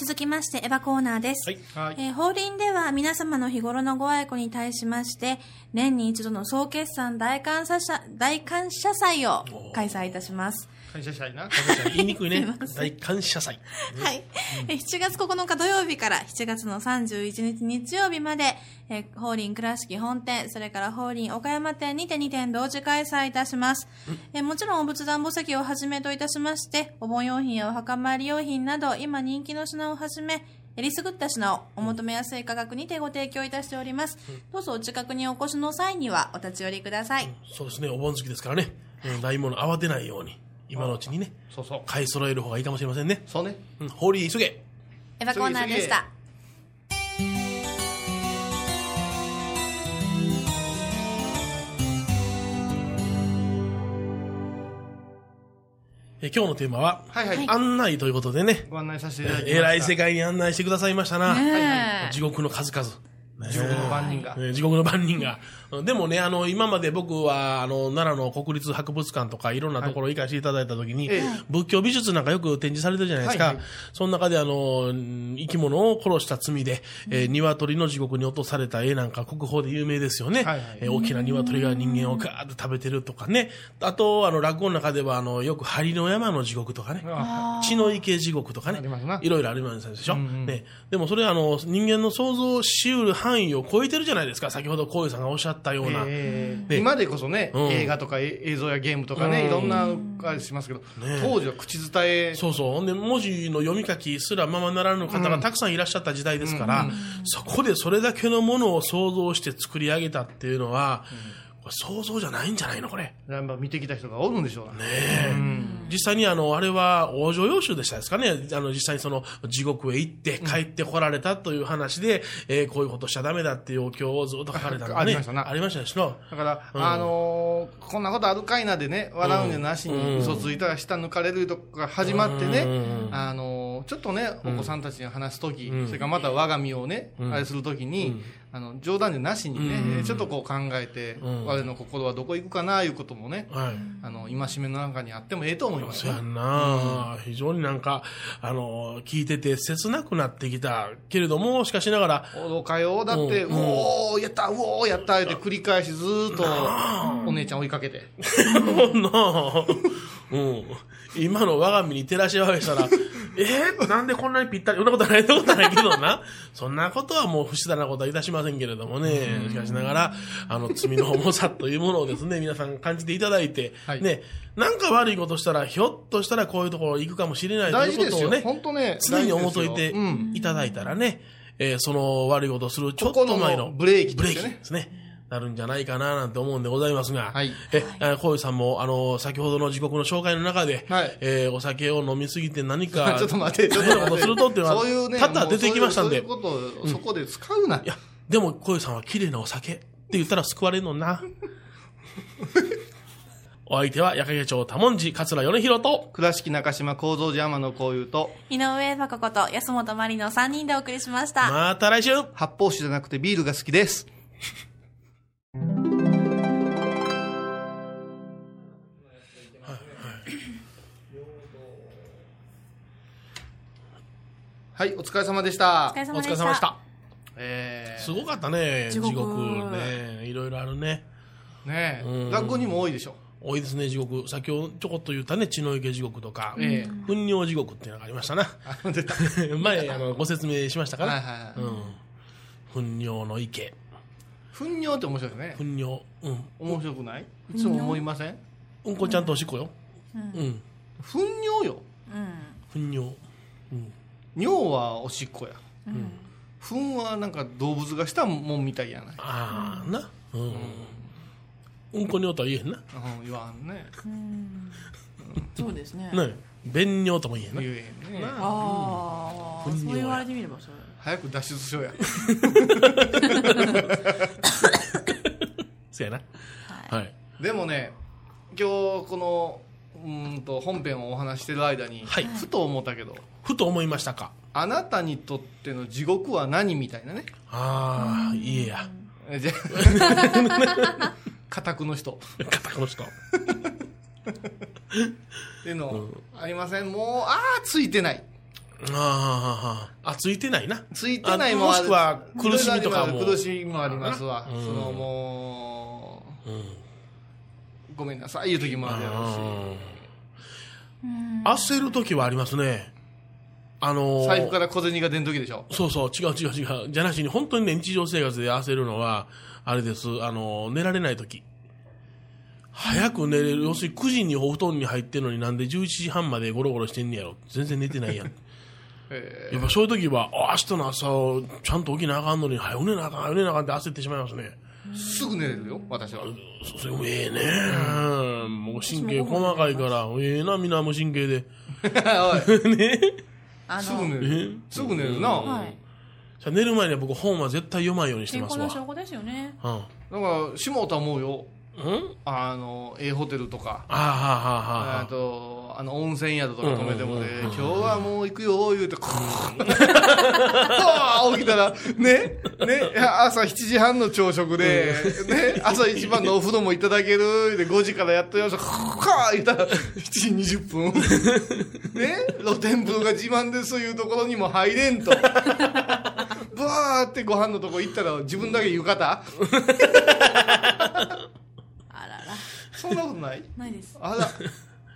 [SPEAKER 8] 続きまして、エヴァコーナーです。
[SPEAKER 3] はい。
[SPEAKER 4] はい。
[SPEAKER 8] えー法輪では皆様の日頃のご愛顧に対しまして、年に一度の総決算大感謝祭大感謝祭を開催いたします。
[SPEAKER 4] 感謝したいな。
[SPEAKER 3] 言いに くいね。大感謝祭。
[SPEAKER 8] はい。えー7月9日土曜日から7月の31日日曜日まで、えー、法輪倉敷本店、それから法輪岡山店にて2店同時開催いたします。えーもちろんお仏壇墓石をはじめといたしまして、お盆用品やお墓参り用品など、今人気の品をはじめ、えりすぐった品をお求めやすい価格にてご提供いたしております。どうぞお近くにお越しの際にはお立ち寄りください。
[SPEAKER 3] そうですね、お盆好きですからね。うん、大物慌てないように、今のうちにね、
[SPEAKER 4] そうそう。
[SPEAKER 3] 買い揃える方がいいかもしれませんね。
[SPEAKER 4] そうね。
[SPEAKER 3] うん、ホーリー急げ
[SPEAKER 8] エヴァコーナーでし
[SPEAKER 4] 次
[SPEAKER 8] た。
[SPEAKER 3] え今日のテーマは、
[SPEAKER 4] はいはい。あ
[SPEAKER 3] 案内ということでね、
[SPEAKER 4] ご案内させていただきました。
[SPEAKER 3] えらい世界に案内してくださいましたな。
[SPEAKER 8] ね
[SPEAKER 3] 地獄の数々。ね
[SPEAKER 4] 地獄の番人が。
[SPEAKER 3] えー地獄の番人が。うんでもね、あの、今まで僕は、あの、奈良の国立博物館とかいろんなところ行かせていただいたときに、
[SPEAKER 4] ええ
[SPEAKER 3] 仏教美術なんかよく展示されてるじゃないですか。
[SPEAKER 4] はいはい
[SPEAKER 3] その中で、あの、うん生き物を殺した罪で、えー鶏の地獄に落とされた絵なんか国宝で有名ですよね。
[SPEAKER 4] はいはい
[SPEAKER 3] えー大きな鶏が人間をガーッと食べてるとかね。あと、あの、落語の中では、あの、よく針の山の地獄とかね。
[SPEAKER 4] あ
[SPEAKER 3] 血の池地獄とかね
[SPEAKER 4] ありますな。
[SPEAKER 3] いろいろありますでしょ。
[SPEAKER 4] うんうん
[SPEAKER 3] ね。でもそれはあの、人間の想像しうる範囲を超えてるじゃないですか。先ほどこういうさんがおっしゃったような。
[SPEAKER 4] え
[SPEAKER 3] ね
[SPEAKER 4] ー今でこそね、
[SPEAKER 3] うん
[SPEAKER 4] 映画とかえ映像やゲームとか
[SPEAKER 3] うん
[SPEAKER 4] ね、いろんなあれしますけど、当時は口伝え、
[SPEAKER 3] そうそう。ほんで、文字の読み書きすらままならぬ方がたくさんいらっしゃった時代ですから、そこでそれだけのものを想像して作り上げたっていうのは、これ想像じゃないんじゃないのこれ。
[SPEAKER 4] やっぱ見てきた人がおるんでしょうね。
[SPEAKER 3] 実際にあの、あれは、王女養子でしたですかね。あの、実際にその、地獄へ行って帰ってこられたという話で、えーこういうことしちゃダメだっていうお経をずっと書かれたんだね。
[SPEAKER 4] ありましたな
[SPEAKER 3] ありましたでしょ。
[SPEAKER 4] だから、
[SPEAKER 3] うん
[SPEAKER 4] あのーこんなことあるかいなでね、笑うんじゃなし
[SPEAKER 3] うん
[SPEAKER 4] に、嘘ついたら舌抜かれるとか始まってね、
[SPEAKER 3] う
[SPEAKER 4] あのーちょっとね、お子さんたちに話すとき、
[SPEAKER 3] うん
[SPEAKER 4] それからまた我が身をね、
[SPEAKER 3] ん
[SPEAKER 4] あれするときに、あの、冗談じゃなしにね、
[SPEAKER 3] うん
[SPEAKER 4] ちょっとこう考えて、
[SPEAKER 3] ん
[SPEAKER 4] 我の心はどこ行くかな、いうこともね、
[SPEAKER 3] はい。
[SPEAKER 4] あの、戒めの中にあってもええと思います
[SPEAKER 3] そう
[SPEAKER 4] よ
[SPEAKER 3] や。んな、非常になんか、あの、聞いてて切なくなってきたけれども、しかしな がら、
[SPEAKER 4] おかよだって、
[SPEAKER 3] う
[SPEAKER 4] うんおー、やった、うおー、やった、って繰り返しずーっと、お姉ちゃん追いかけて。
[SPEAKER 3] の、うん。今の我が身に照らし合わせたら、 えー、なんでこんなにぴったり、そんなことはない、そんなことはないけどな。そんなことはもう不自然なことはいたしませんけれどもね。しかしながら、あの、罪の重さというものをですね、皆さん感じていただいて、
[SPEAKER 4] はい
[SPEAKER 3] ね、なんか悪いことしたら、ひょっとしたらこういうところ行くかもしれないと
[SPEAKER 4] 大
[SPEAKER 3] い
[SPEAKER 4] 事
[SPEAKER 3] うこ
[SPEAKER 4] で
[SPEAKER 3] と
[SPEAKER 4] す
[SPEAKER 3] を
[SPEAKER 4] よ。
[SPEAKER 3] ね、
[SPEAKER 4] 本当ね、
[SPEAKER 3] 常に思
[SPEAKER 4] 大
[SPEAKER 3] っとい
[SPEAKER 4] 事です
[SPEAKER 3] て
[SPEAKER 4] ようん。
[SPEAKER 3] いただいたらね、えーその悪いことをするちょっ
[SPEAKER 4] ことこの
[SPEAKER 3] 前の
[SPEAKER 4] ブレーキ
[SPEAKER 3] ブ
[SPEAKER 4] と
[SPEAKER 3] レー
[SPEAKER 4] し
[SPEAKER 3] キ
[SPEAKER 4] てね
[SPEAKER 3] ですね。なるんじゃないかななんて思うんでございますが、
[SPEAKER 4] はい
[SPEAKER 3] え、あこういうさんも、あの、先ほどの時刻の紹介の中で、
[SPEAKER 4] はい
[SPEAKER 3] えーお酒を飲みすぎて何か、
[SPEAKER 4] ちょっと待って、ちょっと
[SPEAKER 3] 変なこ
[SPEAKER 4] 待
[SPEAKER 3] と
[SPEAKER 4] って。
[SPEAKER 3] するとっていうのは、
[SPEAKER 4] そういうね、
[SPEAKER 3] 多々出てきましたんで、
[SPEAKER 4] もうそういうそういうことを、そこで使うな。
[SPEAKER 3] いや、でも、こういうさんは綺麗なお酒って言ったら救われるのな。 お相手は、矢掛町多文字桂米広と、
[SPEAKER 4] 倉敷中島幸三寺天野幸雄と、
[SPEAKER 8] 井上エヴァ子こと安本まりの3人でお送りしました。
[SPEAKER 3] また来週
[SPEAKER 4] 発泡酒じゃなくてビールが好きです。はい、お疲れ様でした。
[SPEAKER 8] お疲れ
[SPEAKER 3] お
[SPEAKER 8] 様で
[SPEAKER 3] 疲れ
[SPEAKER 8] し。
[SPEAKER 3] 様でしたた。
[SPEAKER 4] え
[SPEAKER 3] すごかったね、地
[SPEAKER 8] 地獄
[SPEAKER 3] 獄ね。いろいろあるね。
[SPEAKER 4] ー、ね
[SPEAKER 3] うん
[SPEAKER 4] え、学校にも多いでしょ。
[SPEAKER 3] 多いですね、地獄。先ほどちょこっと言ったね、血の池地獄とか、
[SPEAKER 4] ええ
[SPEAKER 3] 糞尿地獄っていうのがありましたな。
[SPEAKER 4] あ、出た。
[SPEAKER 3] 前、あの、ご説明しましたか
[SPEAKER 4] はい
[SPEAKER 3] ら。
[SPEAKER 4] は
[SPEAKER 3] う
[SPEAKER 4] いはい。
[SPEAKER 3] ん。糞尿の池。
[SPEAKER 4] 糞尿って面白いよね。
[SPEAKER 3] 糞尿。うん。
[SPEAKER 4] 面白くないいつも思いません
[SPEAKER 3] うんこちゃんとおしっこよ。うん。
[SPEAKER 4] 糞尿よ。
[SPEAKER 8] うん。
[SPEAKER 3] 糞尿。うん。
[SPEAKER 4] 尿はおしっこや
[SPEAKER 3] うん。
[SPEAKER 4] 糞はなんか動物がしたもんみたいやない、
[SPEAKER 3] ああ、な。うん。うんこ尿とは言えへんな。
[SPEAKER 4] うん、言わんね
[SPEAKER 9] そうですね。
[SPEAKER 3] ね便尿とも言えへんな
[SPEAKER 4] 言。えへんね
[SPEAKER 9] ああ、
[SPEAKER 3] うん
[SPEAKER 9] そう言われてみればそれ。
[SPEAKER 4] 早く脱出しようや
[SPEAKER 3] そやな。はい。
[SPEAKER 4] でもね今日このうーんと本編をお話ししてる間に、
[SPEAKER 3] はい
[SPEAKER 4] ふと思ったけど
[SPEAKER 3] ふと思いましたか。
[SPEAKER 4] あなたにとっての地獄は何みたいなね
[SPEAKER 3] ああ、いいや。
[SPEAKER 4] えじゃ 家宅の人
[SPEAKER 3] 肩この人。
[SPEAKER 4] っていうの、ありませんもうああついてない
[SPEAKER 3] ああ、あ、ついてないな。
[SPEAKER 4] ついてない
[SPEAKER 3] あ
[SPEAKER 4] も
[SPEAKER 3] も
[SPEAKER 4] あ
[SPEAKER 3] し
[SPEAKER 4] る
[SPEAKER 3] くは苦しみとかも。
[SPEAKER 4] 苦しみもありますわ、
[SPEAKER 3] うん
[SPEAKER 4] そのも
[SPEAKER 3] うん
[SPEAKER 4] うごめんなさいいう時もあるやろうし
[SPEAKER 3] うん焦る時はありますね。あのー
[SPEAKER 4] 財布から小銭が出ん時でしょ
[SPEAKER 3] そうそう、違う違う違う。じゃなしに、本当にね、日常生活で焦るのは、あれです。あのー寝られない時。早く寝れる。要するに9時にお布団に入ってるのになんで11時半までゴロゴロしてんねやろ。全然寝てないやん。
[SPEAKER 4] え
[SPEAKER 3] やっぱそういう時は、あ明日の朝をちゃんと起きなあかんのに、早う寝なあかん、早う寝なあかんって焦ってしまいますね。
[SPEAKER 4] ーすぐ寝れるよ私は
[SPEAKER 3] そそれもええね、もう神経細かいから、ええな、みんなもう神経で。
[SPEAKER 9] あ
[SPEAKER 4] すぐ
[SPEAKER 9] の
[SPEAKER 4] 寝れるすぐ寝るな、
[SPEAKER 9] はい。
[SPEAKER 3] じゃあ寝る前には僕本は絶対読まんようにして
[SPEAKER 9] 健
[SPEAKER 3] ま
[SPEAKER 9] 康
[SPEAKER 3] す
[SPEAKER 9] の
[SPEAKER 3] わ。
[SPEAKER 9] 証拠ですよね。
[SPEAKER 3] うん。うん
[SPEAKER 4] だからしもうとは思うよ
[SPEAKER 3] あ
[SPEAKER 4] あの A ホテルとか
[SPEAKER 3] あはあはあ
[SPEAKER 4] あ
[SPEAKER 3] はあ。
[SPEAKER 4] とあの温泉宿とか止めてもね、
[SPEAKER 3] うんうんうんうん
[SPEAKER 4] 今日はもう行くよ言うてこ うこう起きたらねねいや朝7時半の朝食で、ね、朝一番のお風呂もいただけるで5時からやっとよしこう言ったら7時20分 ね露天風呂が自慢ですいうところにも入れん とブワーってご飯のとこ行ったら自分だけ浴衣
[SPEAKER 9] あらら。
[SPEAKER 4] そんなことない
[SPEAKER 9] ないです。
[SPEAKER 4] あら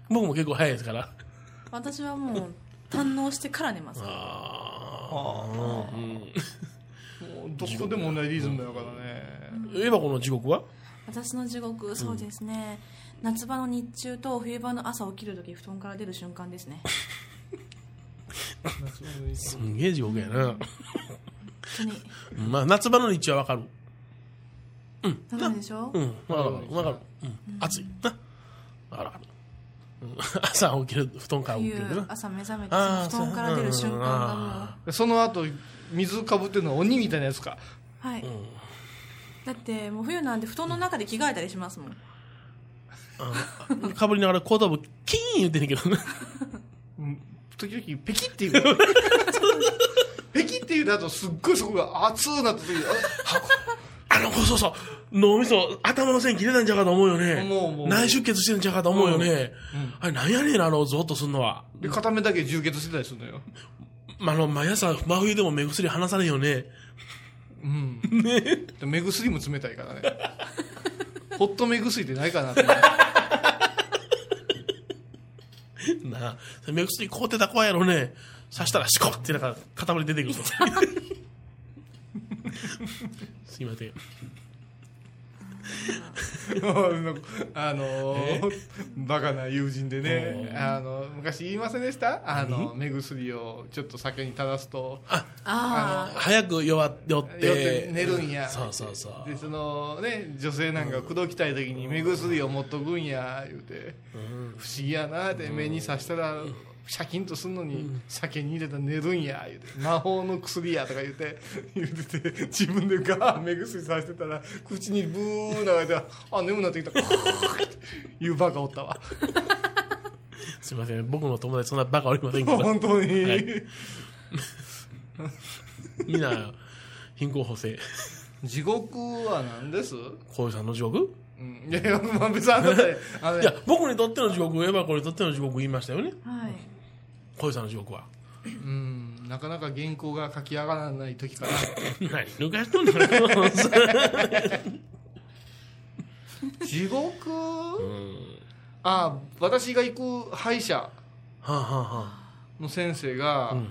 [SPEAKER 3] 僕も結構早いですから。
[SPEAKER 9] 私はもう、堪能してから寝ます。
[SPEAKER 3] ああ。うん。
[SPEAKER 4] もうどこでも同じリズムだからね、
[SPEAKER 3] エバコの地獄は
[SPEAKER 9] 私の地獄、そうですね。夏場の日中と冬場の朝起きるとき、布団から出る瞬間ですね。
[SPEAKER 3] すんげえ地獄やな。
[SPEAKER 9] 本当に。
[SPEAKER 3] まあ、夏場の日中はわかる。
[SPEAKER 9] ダメでしょ
[SPEAKER 3] うん。わかる。わかる。うん。暑い。な。わかるわかる。うん 朝起きる、布団から起き
[SPEAKER 9] 冬
[SPEAKER 3] るな。
[SPEAKER 9] 朝目覚めて、
[SPEAKER 3] あー
[SPEAKER 9] その布団から出る瞬間がも
[SPEAKER 3] そう
[SPEAKER 9] う
[SPEAKER 3] や、
[SPEAKER 4] その後水かぶってるのは鬼みたいなやつか
[SPEAKER 9] はい。だって、もう冬なんで布団の中で着替えたりしますもん。
[SPEAKER 3] かぶりながら後頭部キーン言ってんねんけどな。
[SPEAKER 4] 時々ペキっていうペキっていうだとすっごいそこが熱くなった時
[SPEAKER 3] あの、そうそう。脳みそ、頭の線切れたんちゃうかと思うよね。
[SPEAKER 4] 思う思う
[SPEAKER 3] 内出血してんちゃうかと思うよね。あれ、なんやねん、あの、ゾッとすんのは。
[SPEAKER 4] で片目だけ充血してたりするのよ
[SPEAKER 3] まあ、あの、毎朝、真冬でも目薬離されんよね。
[SPEAKER 4] で目薬も冷たいからねホット目薬ってないかなって
[SPEAKER 3] なあ。それ目薬凍ってた子はやろね。刺したらシコってなんか、塊出てくるぞ。すいません。
[SPEAKER 4] あのーバカな友人でね、あの昔言いませんでしたあの目薬をちょっと酒に垂らすと
[SPEAKER 9] あ
[SPEAKER 3] 早く弱、酔っ
[SPEAKER 4] 酔って
[SPEAKER 3] て。
[SPEAKER 4] 寝るんや
[SPEAKER 3] そうそうそう。
[SPEAKER 4] でそのね女性なんか口説きたい時に目薬を持っとくんや言うて不思議やなって目にさしたらシャキンとすんのに酒に入れたら寝るんや言うて魔法の薬やとか言うて言うてて自分でガー目薬さしてたら口にブー流れてあ眠なってきた いうバカおったわ
[SPEAKER 3] すいません。僕の友達そんなバカおりませんけど。
[SPEAKER 4] 本当に、
[SPEAKER 3] はいみんな、貧困補正。
[SPEAKER 4] 地獄は何です、う
[SPEAKER 3] こういうさんの地獄
[SPEAKER 4] ん、いやいやまあ別にあなたであのね
[SPEAKER 3] いや、僕にとっての地獄、エヴァ子にとっての地獄言いましたよね。
[SPEAKER 9] あ。はい。
[SPEAKER 3] 小さんの地獄は。
[SPEAKER 4] うんなかなか原稿が書き上がらない時 から
[SPEAKER 3] 何抜かしとんねんこのさ
[SPEAKER 4] 地獄あ私が行く歯医者
[SPEAKER 3] はあはあはあ
[SPEAKER 4] の先生が、
[SPEAKER 3] ん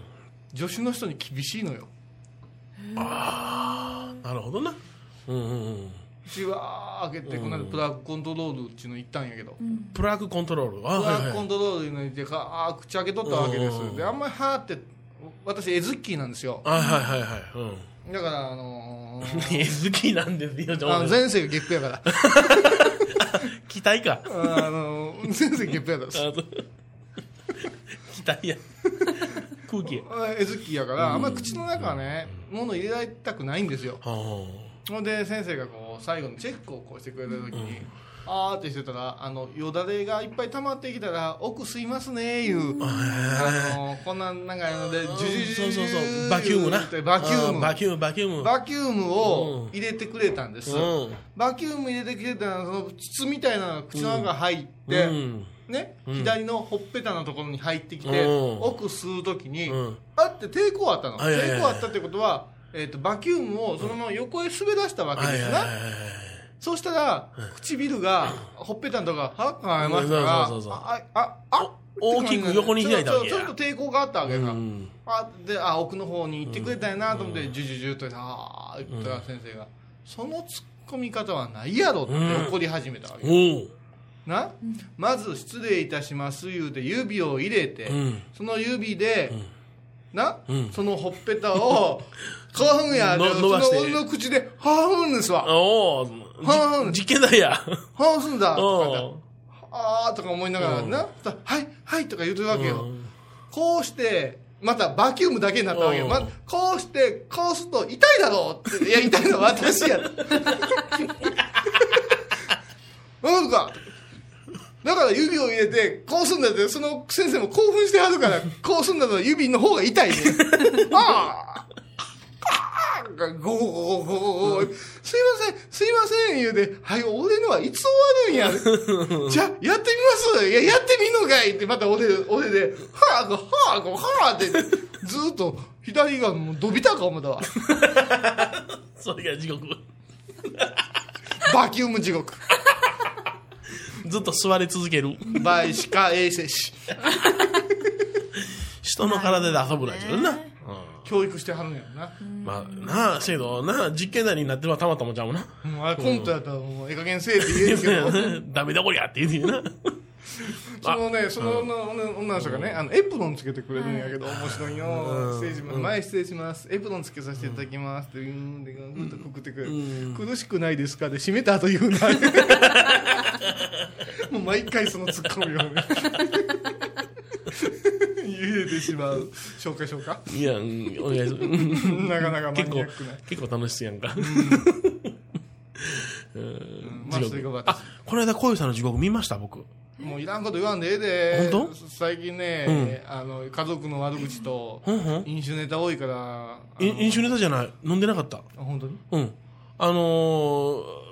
[SPEAKER 4] 助手の人に厳しいのよ
[SPEAKER 3] なるほどな。うんうんうん。
[SPEAKER 4] じわー開けて、この間プラグコントロールっていうの行ったんやけど、
[SPEAKER 3] プラグコントロール。あは
[SPEAKER 4] プ
[SPEAKER 3] い
[SPEAKER 4] ラ
[SPEAKER 3] はい
[SPEAKER 4] グコントロールいうの行ってかあー口開けとったわけですであんまりはーって私エズッキーなんですよ
[SPEAKER 3] あはいはいはい。うん。
[SPEAKER 4] だからあのー
[SPEAKER 3] ね好きなんですよ、
[SPEAKER 4] あの前世がゲップやから
[SPEAKER 3] 期待か。
[SPEAKER 4] あのー前世ゲップやからです
[SPEAKER 3] あと期待や。空気や。
[SPEAKER 4] エズッキーやからあんまり口の中はね物入れられたくないんですよ
[SPEAKER 3] あー
[SPEAKER 4] ほんで先生がこう最後のチェックをこうしてくれた時に、あーってしてたらあのよだれがいっぱい溜まってきたら奥吸いますねいう、あのこんな長いのでジュジュジ
[SPEAKER 3] そ
[SPEAKER 4] ュ
[SPEAKER 3] う
[SPEAKER 4] ジュ
[SPEAKER 3] そうそう。バキュームな。
[SPEAKER 4] ってバキュー
[SPEAKER 3] あ
[SPEAKER 4] ム
[SPEAKER 3] バキューム、バキューム。
[SPEAKER 4] バキュームを入れてくれたんです、
[SPEAKER 3] うん
[SPEAKER 4] バキューム入れてくれたらその筒みたいなのが口の中に入って、
[SPEAKER 3] うん
[SPEAKER 4] ね、左のほっぺたのところに入ってきて、
[SPEAKER 3] うん
[SPEAKER 4] 奥吸う時に、
[SPEAKER 3] うん
[SPEAKER 4] あって抵抗あったの、
[SPEAKER 3] はいはいはい
[SPEAKER 4] 抵抗あったってことは、えー、とバキュームをそのまま横へ滑らしたわけ
[SPEAKER 3] は
[SPEAKER 4] で
[SPEAKER 3] い
[SPEAKER 4] す
[SPEAKER 3] は
[SPEAKER 4] な、
[SPEAKER 3] いはいはい。
[SPEAKER 4] そうしたら、唇が、ほっぺたんとか、腹がありましたから、
[SPEAKER 3] そうそうそうそう
[SPEAKER 4] あ、あ、あ、
[SPEAKER 3] 大きく横に開いたわけ
[SPEAKER 4] ちょ
[SPEAKER 3] や
[SPEAKER 4] っとちょっと抵抗があったわけだから、
[SPEAKER 3] うん
[SPEAKER 4] あ、で、あ、奥の方に行ってくれたんやなと思って、ジュジュジュと、あー言ったら先生が、その突っ込み方はないやろって怒り始めたわけ。
[SPEAKER 3] おう。
[SPEAKER 4] な、まず失礼いたします言うて指を入れて、
[SPEAKER 3] うん
[SPEAKER 4] その指で、な、
[SPEAKER 3] ん
[SPEAKER 4] そのほっぺたを、 花粉やで、
[SPEAKER 3] の伸
[SPEAKER 4] そ
[SPEAKER 3] ば
[SPEAKER 4] の
[SPEAKER 3] して
[SPEAKER 4] 俺の口で、花粉ですわ。
[SPEAKER 3] おう
[SPEAKER 4] はあ。
[SPEAKER 3] じ実験台や。
[SPEAKER 4] 花粉すんだ。とか言って
[SPEAKER 3] おう。
[SPEAKER 4] あーとか思いながら
[SPEAKER 3] うん
[SPEAKER 4] な、はい、はいとか言うてるわけよ。
[SPEAKER 3] うん
[SPEAKER 4] こうして、またバキュームだけになったわけよ。
[SPEAKER 3] うん
[SPEAKER 4] ま、こうして、こうすると痛いだろうって、いや、痛いのは私 や。なんか、だから指を入れて、こうすんだって、その先生も興奮してはるから、こうすんだと指の方が 痛いね。ああゴーゴーゴーゴーゴーすいません、すいません、言うて、はい、俺のはいつ終わるんや。じゃあ、やってみますいや、やってみんのかいって、また俺、俺で、はぁ、こはぁ、こはぁって、ずーっと、左がもう伸びたか思ったわ。
[SPEAKER 3] それが地獄。
[SPEAKER 4] バキューム地獄。
[SPEAKER 3] ずっと座り続ける。
[SPEAKER 4] バイシカ衛生士。
[SPEAKER 3] 人の体で遊ぶらいじゃな。
[SPEAKER 4] 教育してはるんやろな。
[SPEAKER 3] まあ、なあ、せやけど、なあ、実験台になってはたまたまちゃうな。
[SPEAKER 4] もうあれコントやったらもう、ええ加減せえって言えるけど。
[SPEAKER 3] ダメだこりゃって言うてな。
[SPEAKER 4] そのね、その女,、女の人がね、あの、エプロンつけてくれるんやけど、面白いよ。失礼します。前失礼します。エプロンつけさせていただきます。って、うーん、で、ぐっとくくってくれる。苦しくないですかで、閉めた後言うな。 もう毎回そのツ ッコミをね。言えてしまう。紹介しよ うか。
[SPEAKER 3] いや、うん、お願いするうん
[SPEAKER 4] なかなかマニア
[SPEAKER 3] 結構
[SPEAKER 4] ックな。、
[SPEAKER 3] 結構楽しそうやんか。
[SPEAKER 4] まあ、それが私
[SPEAKER 3] あ、この間、こういうさんの地獄見ました、僕。
[SPEAKER 4] もういらんこと言わんでええで。
[SPEAKER 3] 本当
[SPEAKER 4] 最近ね、あの、家族の悪口と
[SPEAKER 3] うんうん、
[SPEAKER 4] 飲酒ネタ多いから。
[SPEAKER 3] い飲酒ネタじゃない。飲んでなかった。
[SPEAKER 4] あ、本当に
[SPEAKER 3] うん。あのー、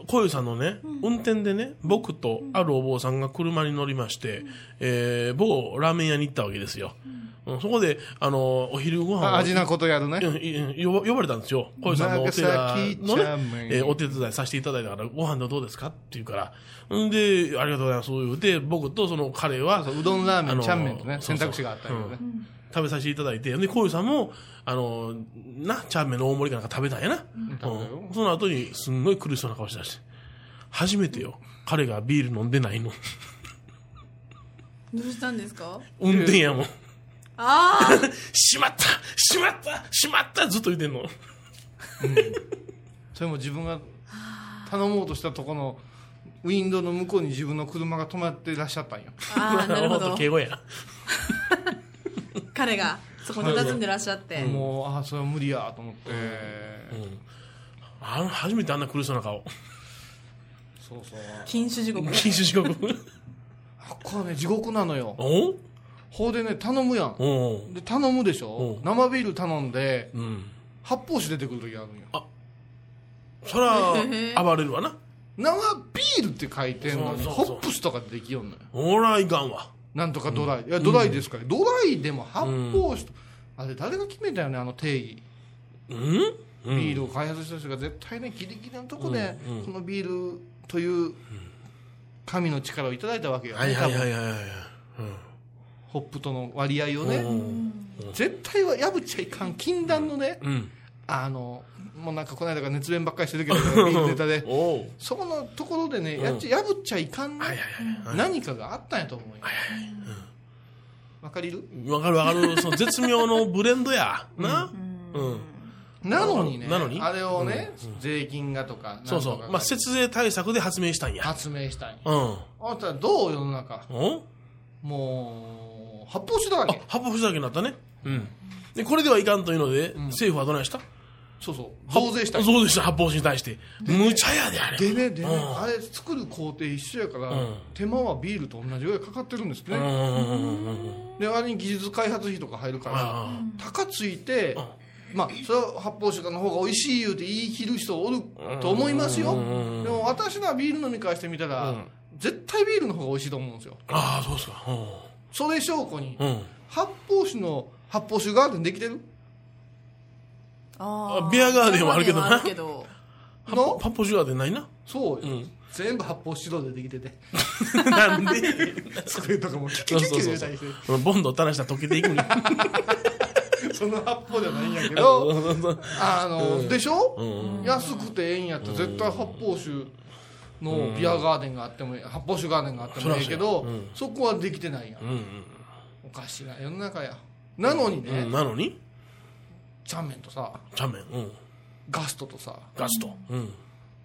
[SPEAKER 3] こういうさんのね、運転でね、僕とあるお坊さんが車に乗りまして、えー、某ラーメン屋に行ったわけですよ。うん、そこで、あのーお昼ご飯を
[SPEAKER 4] あ味なことやるね。
[SPEAKER 3] うんい呼ば呼ばれたんですよ。小石さんのお寺の
[SPEAKER 4] 長崎茶
[SPEAKER 3] ね
[SPEAKER 4] 麺、
[SPEAKER 3] えーお手伝いさせていただいたから、ご飯でどうですかって言うから、んで、ありがとうございます。そう言うて、僕とその彼は、
[SPEAKER 4] うどんラーメ
[SPEAKER 3] あ
[SPEAKER 4] ン、
[SPEAKER 3] の
[SPEAKER 4] チャンメンとね、
[SPEAKER 3] そうそう
[SPEAKER 4] 選択肢があったけどね。
[SPEAKER 3] 食べさせていただいて、で、小石さんも、あの、な、チャーメンの大盛りかなんか食べたんやな。うんその後に、すんごい苦しそうな顔しだして、初めてよ、彼がビール飲んでないの。
[SPEAKER 8] どうしたんですか
[SPEAKER 3] 運転やもん。
[SPEAKER 8] ああ
[SPEAKER 3] しまったしまったしまったずっと言ってんの。
[SPEAKER 4] それも自分が頼もうとしたとこの、ウィンドウの向こうに自分の車が止まってらっしゃったんよ。
[SPEAKER 8] あ あ、なるほど。
[SPEAKER 3] 敬語や。
[SPEAKER 8] 彼がそこに佇んでらっしゃって。
[SPEAKER 4] もう、ああ、それは無理やと思って。
[SPEAKER 3] あの、初めてあんな苦しそうな顔。
[SPEAKER 4] そうそう。
[SPEAKER 8] 禁酒地獄。
[SPEAKER 3] 禁酒地獄。
[SPEAKER 4] あっこはね、地獄なのよ。
[SPEAKER 3] お
[SPEAKER 4] ほうでね、頼むやん。
[SPEAKER 3] お
[SPEAKER 4] で、頼むでしょ
[SPEAKER 3] うん
[SPEAKER 4] 生ビール頼んで、
[SPEAKER 3] うん。
[SPEAKER 4] 発泡酒出てくる時あるんよ。
[SPEAKER 3] そ ら、暴れるわな。
[SPEAKER 4] 生ビールって書いてんのに、
[SPEAKER 3] そうそ
[SPEAKER 4] ホ
[SPEAKER 3] うそう
[SPEAKER 4] ップスとかできよんのよ。
[SPEAKER 3] おら、いかんわ。
[SPEAKER 4] なんとかドライ。いや、ドライですから、ドライでも発泡酒と、あれ、誰が決めたよね、あの定義。
[SPEAKER 3] うん
[SPEAKER 4] ビールを開発した人が絶対ねギリギリのとこで、このビールという神の力をいただいたわけよ、ね
[SPEAKER 3] はいはいはい
[SPEAKER 4] 多分
[SPEAKER 3] はいはい。
[SPEAKER 4] ホップとの割合をね、絶対は破っちゃいかん禁断のね、
[SPEAKER 3] うん。。
[SPEAKER 4] あのもうなんかこの間から熱弁ばっかりしてるけど、ビールネタで
[SPEAKER 3] おう
[SPEAKER 4] そこのところでね、やっちゃ破っちゃいかんね
[SPEAKER 3] はいはいはい
[SPEAKER 4] 何かがあったんやと思うよ。わかりる
[SPEAKER 3] わかるわか る。その絶妙のブレンドや。な。うん。
[SPEAKER 4] なのにね、
[SPEAKER 3] なのに
[SPEAKER 4] あれをね、税金がとか、
[SPEAKER 3] そうそ
[SPEAKER 4] なんとか
[SPEAKER 3] う。
[SPEAKER 4] が
[SPEAKER 3] まあ、節税対策で発明したんや。
[SPEAKER 4] 発明したんや。
[SPEAKER 3] うん。
[SPEAKER 4] あんたどう世の中、
[SPEAKER 3] お
[SPEAKER 4] もう、発泡酒だら
[SPEAKER 3] あ
[SPEAKER 4] け。、
[SPEAKER 3] 八方ふざけになったね。うん。で、これではいかんというので、政府はどないした
[SPEAKER 4] そうそう、増税したんや。
[SPEAKER 3] 増税した、八方に対して。無茶やで、あれ。
[SPEAKER 4] でね、でね、
[SPEAKER 3] うん
[SPEAKER 4] あれ作る工程一緒やから、
[SPEAKER 3] うん
[SPEAKER 4] 手間はビールと同じぐらいかかってるんです
[SPEAKER 3] うん
[SPEAKER 4] ね。
[SPEAKER 3] うんうんうんうん。
[SPEAKER 4] で、あれに技術開発費とか入るから、
[SPEAKER 3] あ
[SPEAKER 4] 高ついて、まあ、それは発泡酒の方が美味しい言うて言い切る人おると思いますよ。
[SPEAKER 3] うん
[SPEAKER 4] でも私らビール飲み会してみたら、
[SPEAKER 3] うん
[SPEAKER 4] 絶対ビールの方が美味しいと思うんですよ。
[SPEAKER 3] あああ、そうですか。
[SPEAKER 4] それ証拠に、
[SPEAKER 3] うん。うん。
[SPEAKER 4] 発泡酒の発泡酒ガーデンできてる
[SPEAKER 9] あ
[SPEAKER 3] あビアガーデンはあるけどな
[SPEAKER 9] ビアガーデンはあるけど
[SPEAKER 4] の
[SPEAKER 3] 八方シュガーで ないな。
[SPEAKER 4] そうよ、
[SPEAKER 3] うん
[SPEAKER 4] 全部発泡酒道でできてて
[SPEAKER 3] なんで
[SPEAKER 4] 机とかもキュキ
[SPEAKER 3] そ
[SPEAKER 4] ュ
[SPEAKER 3] う
[SPEAKER 4] キュキ
[SPEAKER 3] そうそうそう
[SPEAKER 4] ュ入れたりして
[SPEAKER 3] このボンド垂らしたら溶けていくんや。
[SPEAKER 4] その発泡じゃないんやけどあの、でしょ、
[SPEAKER 3] う
[SPEAKER 4] 安くてええんやったら絶対発泡酒のビアガーデンがあってもいい発泡酒ガーデンがあってもいいけど、
[SPEAKER 3] そらそうやうん
[SPEAKER 4] そこはできてないやん、
[SPEAKER 3] うん
[SPEAKER 4] おかしいな世の中やなのにね、
[SPEAKER 3] うん。なのに、
[SPEAKER 4] チャンメンとさ
[SPEAKER 3] チャンメン、うん、
[SPEAKER 4] ガストとさ
[SPEAKER 3] ガスト、うん、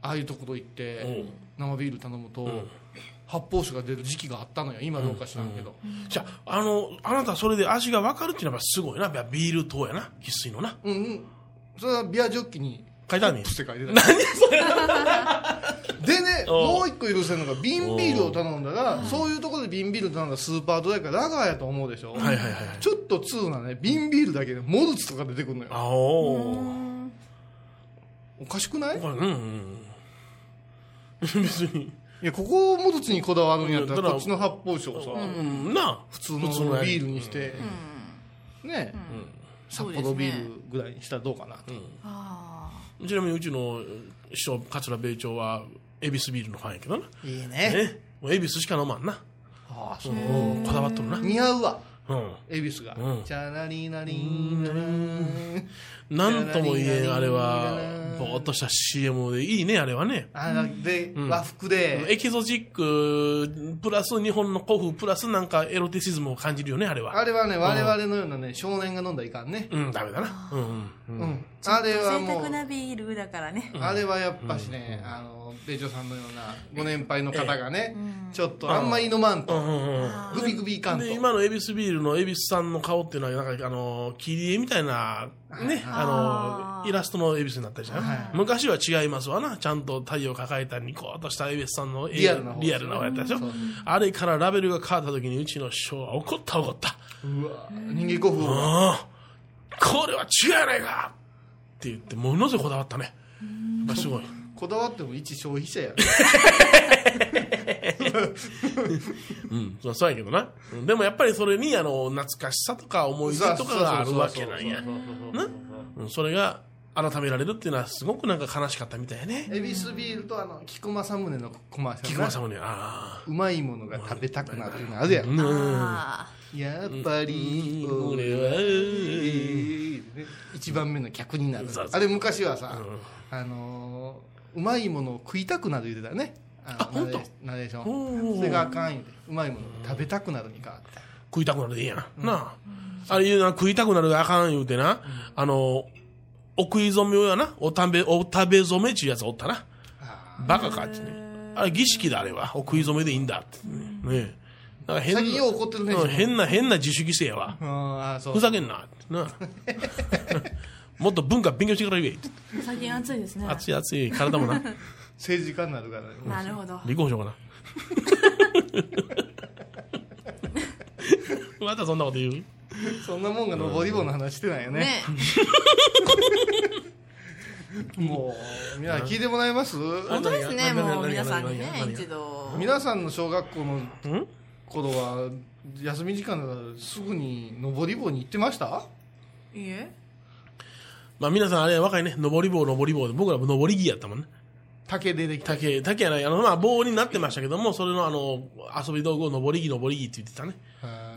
[SPEAKER 4] ああいうところ行っ
[SPEAKER 3] お
[SPEAKER 4] て
[SPEAKER 3] う
[SPEAKER 4] 生ビール頼むと、
[SPEAKER 3] ん
[SPEAKER 4] 発泡酒が出る時期があったのよ今どうか知らんけど、
[SPEAKER 3] じゃあ、あの、あなたそれで味が分かるっていうのはやっぱすごいな。やっぱビール糖やな。喫水のな。
[SPEAKER 4] うんうん。それはビアジョッキに、
[SPEAKER 3] 書いてあるね
[SPEAKER 4] プ。スって書いてた。何それでね、
[SPEAKER 3] おう
[SPEAKER 4] もう一個許せるのが、瓶ビールを頼んだら、そういうところで瓶ビール頼んだらスーパードライかラガーやと思うでしょ
[SPEAKER 3] はいはいはい。
[SPEAKER 4] ちょっと通なね、瓶ビールだけでモルツとか出てくるのよ。
[SPEAKER 3] あおー。
[SPEAKER 4] おかしくない
[SPEAKER 3] これ、うんうん。 別に。
[SPEAKER 4] いや、ここをモルツにこだわるんやっ
[SPEAKER 3] だ
[SPEAKER 4] たら、
[SPEAKER 3] から
[SPEAKER 4] こっちの発泡酒をさ、
[SPEAKER 3] うん、なあ。。
[SPEAKER 4] 普通のビールにしてて、ね、札
[SPEAKER 9] そうで
[SPEAKER 4] 幌
[SPEAKER 9] す
[SPEAKER 4] ビ
[SPEAKER 9] ね
[SPEAKER 4] ールぐらいにしたらどうかなと。
[SPEAKER 3] ちなみにうちの師匠、桂米朝は、エビスビールのファンやけどな。
[SPEAKER 4] いいね。
[SPEAKER 3] えもうエビスしか飲まんな。、
[SPEAKER 4] ああ、そううん
[SPEAKER 3] こだわっとるな。
[SPEAKER 4] 似合うわ、
[SPEAKER 3] うん。
[SPEAKER 4] 恵比寿が
[SPEAKER 3] う。ん
[SPEAKER 4] チャラリーナリーナリーン。
[SPEAKER 3] なんとも言えん、あれは、ぼーっとした CM で、いいね、あれはね。
[SPEAKER 4] あので、和服で、
[SPEAKER 3] エキゾチック、プラス日本の古風、プラスなんかエロティシズムを感じるよね、あれは。
[SPEAKER 4] あれはね、我々のようなね、少年が飲んだらいかんね。
[SPEAKER 3] うん、ダメだな。うん、うん。
[SPEAKER 4] うん。あれは
[SPEAKER 9] 贅
[SPEAKER 4] も
[SPEAKER 9] 沢
[SPEAKER 4] う、
[SPEAKER 9] なビールだからね
[SPEAKER 4] あれはやっぱしね、あの、米朝さんのようなご年配の方がね、ちょっとあんまり飲まんと、グビグビいかんと。
[SPEAKER 3] で、今のエビスビールのエビスさんの顔っていうのは、なんか、あの、切り絵みたいな、ね、あの、イラストのエビスになったりじゃない、昔は違いますわな。ちゃんと太陽抱えたニコーっとしたエビスさんの絵
[SPEAKER 4] リアルな方
[SPEAKER 3] リアルな方やったでしょ
[SPEAKER 4] そう
[SPEAKER 3] あれからラベルが変わった時に、うちの師匠は怒った怒った。
[SPEAKER 4] うわ人間国宝。
[SPEAKER 3] ああ、これは違うやないかって言って、ものすごいこだわったね。やっぱすごい。
[SPEAKER 4] こだわっても一消費者やね。
[SPEAKER 3] うん、そうそうやけどな。うんでもやっぱりそれに、あの、懐かしさとか思い出とかがあるわけなんや。なうんそれが改められるっていうのはすごくなんか悲しかったみたいやね。
[SPEAKER 4] 恵比寿ビールとあの、菊正宗のコマーシャ
[SPEAKER 3] 菊
[SPEAKER 4] ルな
[SPEAKER 3] 間。さんもね、ああ。
[SPEAKER 4] うまいものが食べたくなるのあるやん。やっぱり、
[SPEAKER 3] 俺は、
[SPEAKER 4] 一番目の客になる
[SPEAKER 3] そうそう
[SPEAKER 4] あれ昔はさ、あのーうまいものを食いたくなる言うてたよねあの
[SPEAKER 3] あほんと
[SPEAKER 4] ナレーショ
[SPEAKER 3] お
[SPEAKER 4] ン
[SPEAKER 3] ー
[SPEAKER 4] それがあかん言うてうまいものを食べたくなるに変わって
[SPEAKER 3] 食いたくなるでいいやな。なあ。あれ言うな、食いたくなるあかん言うてな、あの、お食い初めをやな、お食べ、お食べ初めっちゅうやつおったな。バカかってね。あれ儀式だ、あれは。お食い初めでいいんだってね。ねえ。なんか変な
[SPEAKER 4] 最近よう怒ってるね
[SPEAKER 3] うん変な、変な自主規制やわ。
[SPEAKER 4] うんあーそう
[SPEAKER 3] ふざけんなってな。 もっと文化勉強してから言えって。
[SPEAKER 9] 最近暑いですね
[SPEAKER 3] 熱い熱い、体もな。
[SPEAKER 4] 政治家になるからね
[SPEAKER 9] なるほど
[SPEAKER 3] 離婚しようかな。 またそんなこと言う
[SPEAKER 4] そんなもんが登り棒の話してないよね
[SPEAKER 9] ね
[SPEAKER 4] もう皆さん聞いてもらえます
[SPEAKER 9] 本当ですね
[SPEAKER 3] 何が
[SPEAKER 9] もう皆さんにね
[SPEAKER 3] 何が何が
[SPEAKER 9] 一度
[SPEAKER 4] 皆さんの小学校の頃は休み時間だからすぐに登り棒に行ってました
[SPEAKER 9] いいえ
[SPEAKER 3] まあ皆さんあれ若いね、登り棒、登り棒で、僕らも登り木やったもんね。
[SPEAKER 4] 竹でできた
[SPEAKER 3] 竹、竹やない、あの、まあ棒になってましたけども、それのあの、遊び道具を登り木、登り木って言ってたね。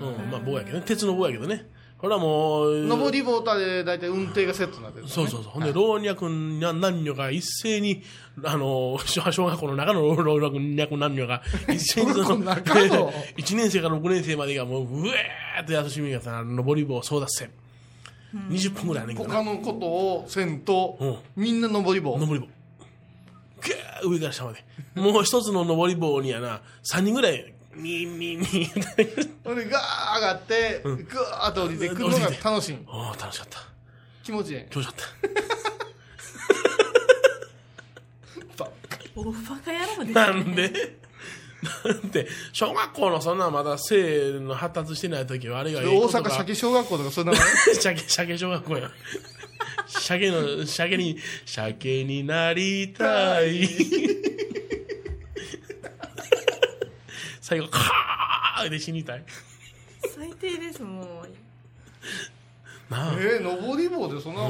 [SPEAKER 3] うん、まあ棒やけどね、鉄の棒やけどね。これはもう、
[SPEAKER 4] 上り棒タで大体運転がセットになってる、ね、
[SPEAKER 3] そうそうそう。ほんで、老若男女が一斉に、あの、小学校の中の老若男女が、一斉にそ
[SPEAKER 4] 小学校の 中の
[SPEAKER 3] 1年生から6年生までがもう、うえーって休みがさ、上り棒争奪戦。20分ぐらいあんねんけどな
[SPEAKER 4] 他のことをせんと、
[SPEAKER 3] うん
[SPEAKER 4] みんな上り棒
[SPEAKER 3] 上り棒。ぐー上から下まで。もう一つの上り棒にやな、3人ぐらい、にーにーにー
[SPEAKER 4] 俺がー上がってぐーっと降りてくるのが楽しい
[SPEAKER 3] おー、楽しかった。
[SPEAKER 4] 気持ちいい
[SPEAKER 3] 気持ちよかった。
[SPEAKER 9] おバカ野郎ですね
[SPEAKER 3] なんでなんで、小学校のそんなまだ性の発達してない時はあれが
[SPEAKER 4] 大
[SPEAKER 3] ええこと
[SPEAKER 4] 阪
[SPEAKER 3] か
[SPEAKER 4] 鮭小学校とかそんなの
[SPEAKER 3] シャケ、シャケ小学校や。シャケの、シャケに、シャケになりた い。最後、カーで死にたい。
[SPEAKER 9] 最低ですもう
[SPEAKER 3] なあ。
[SPEAKER 4] えー、上り棒でそんな、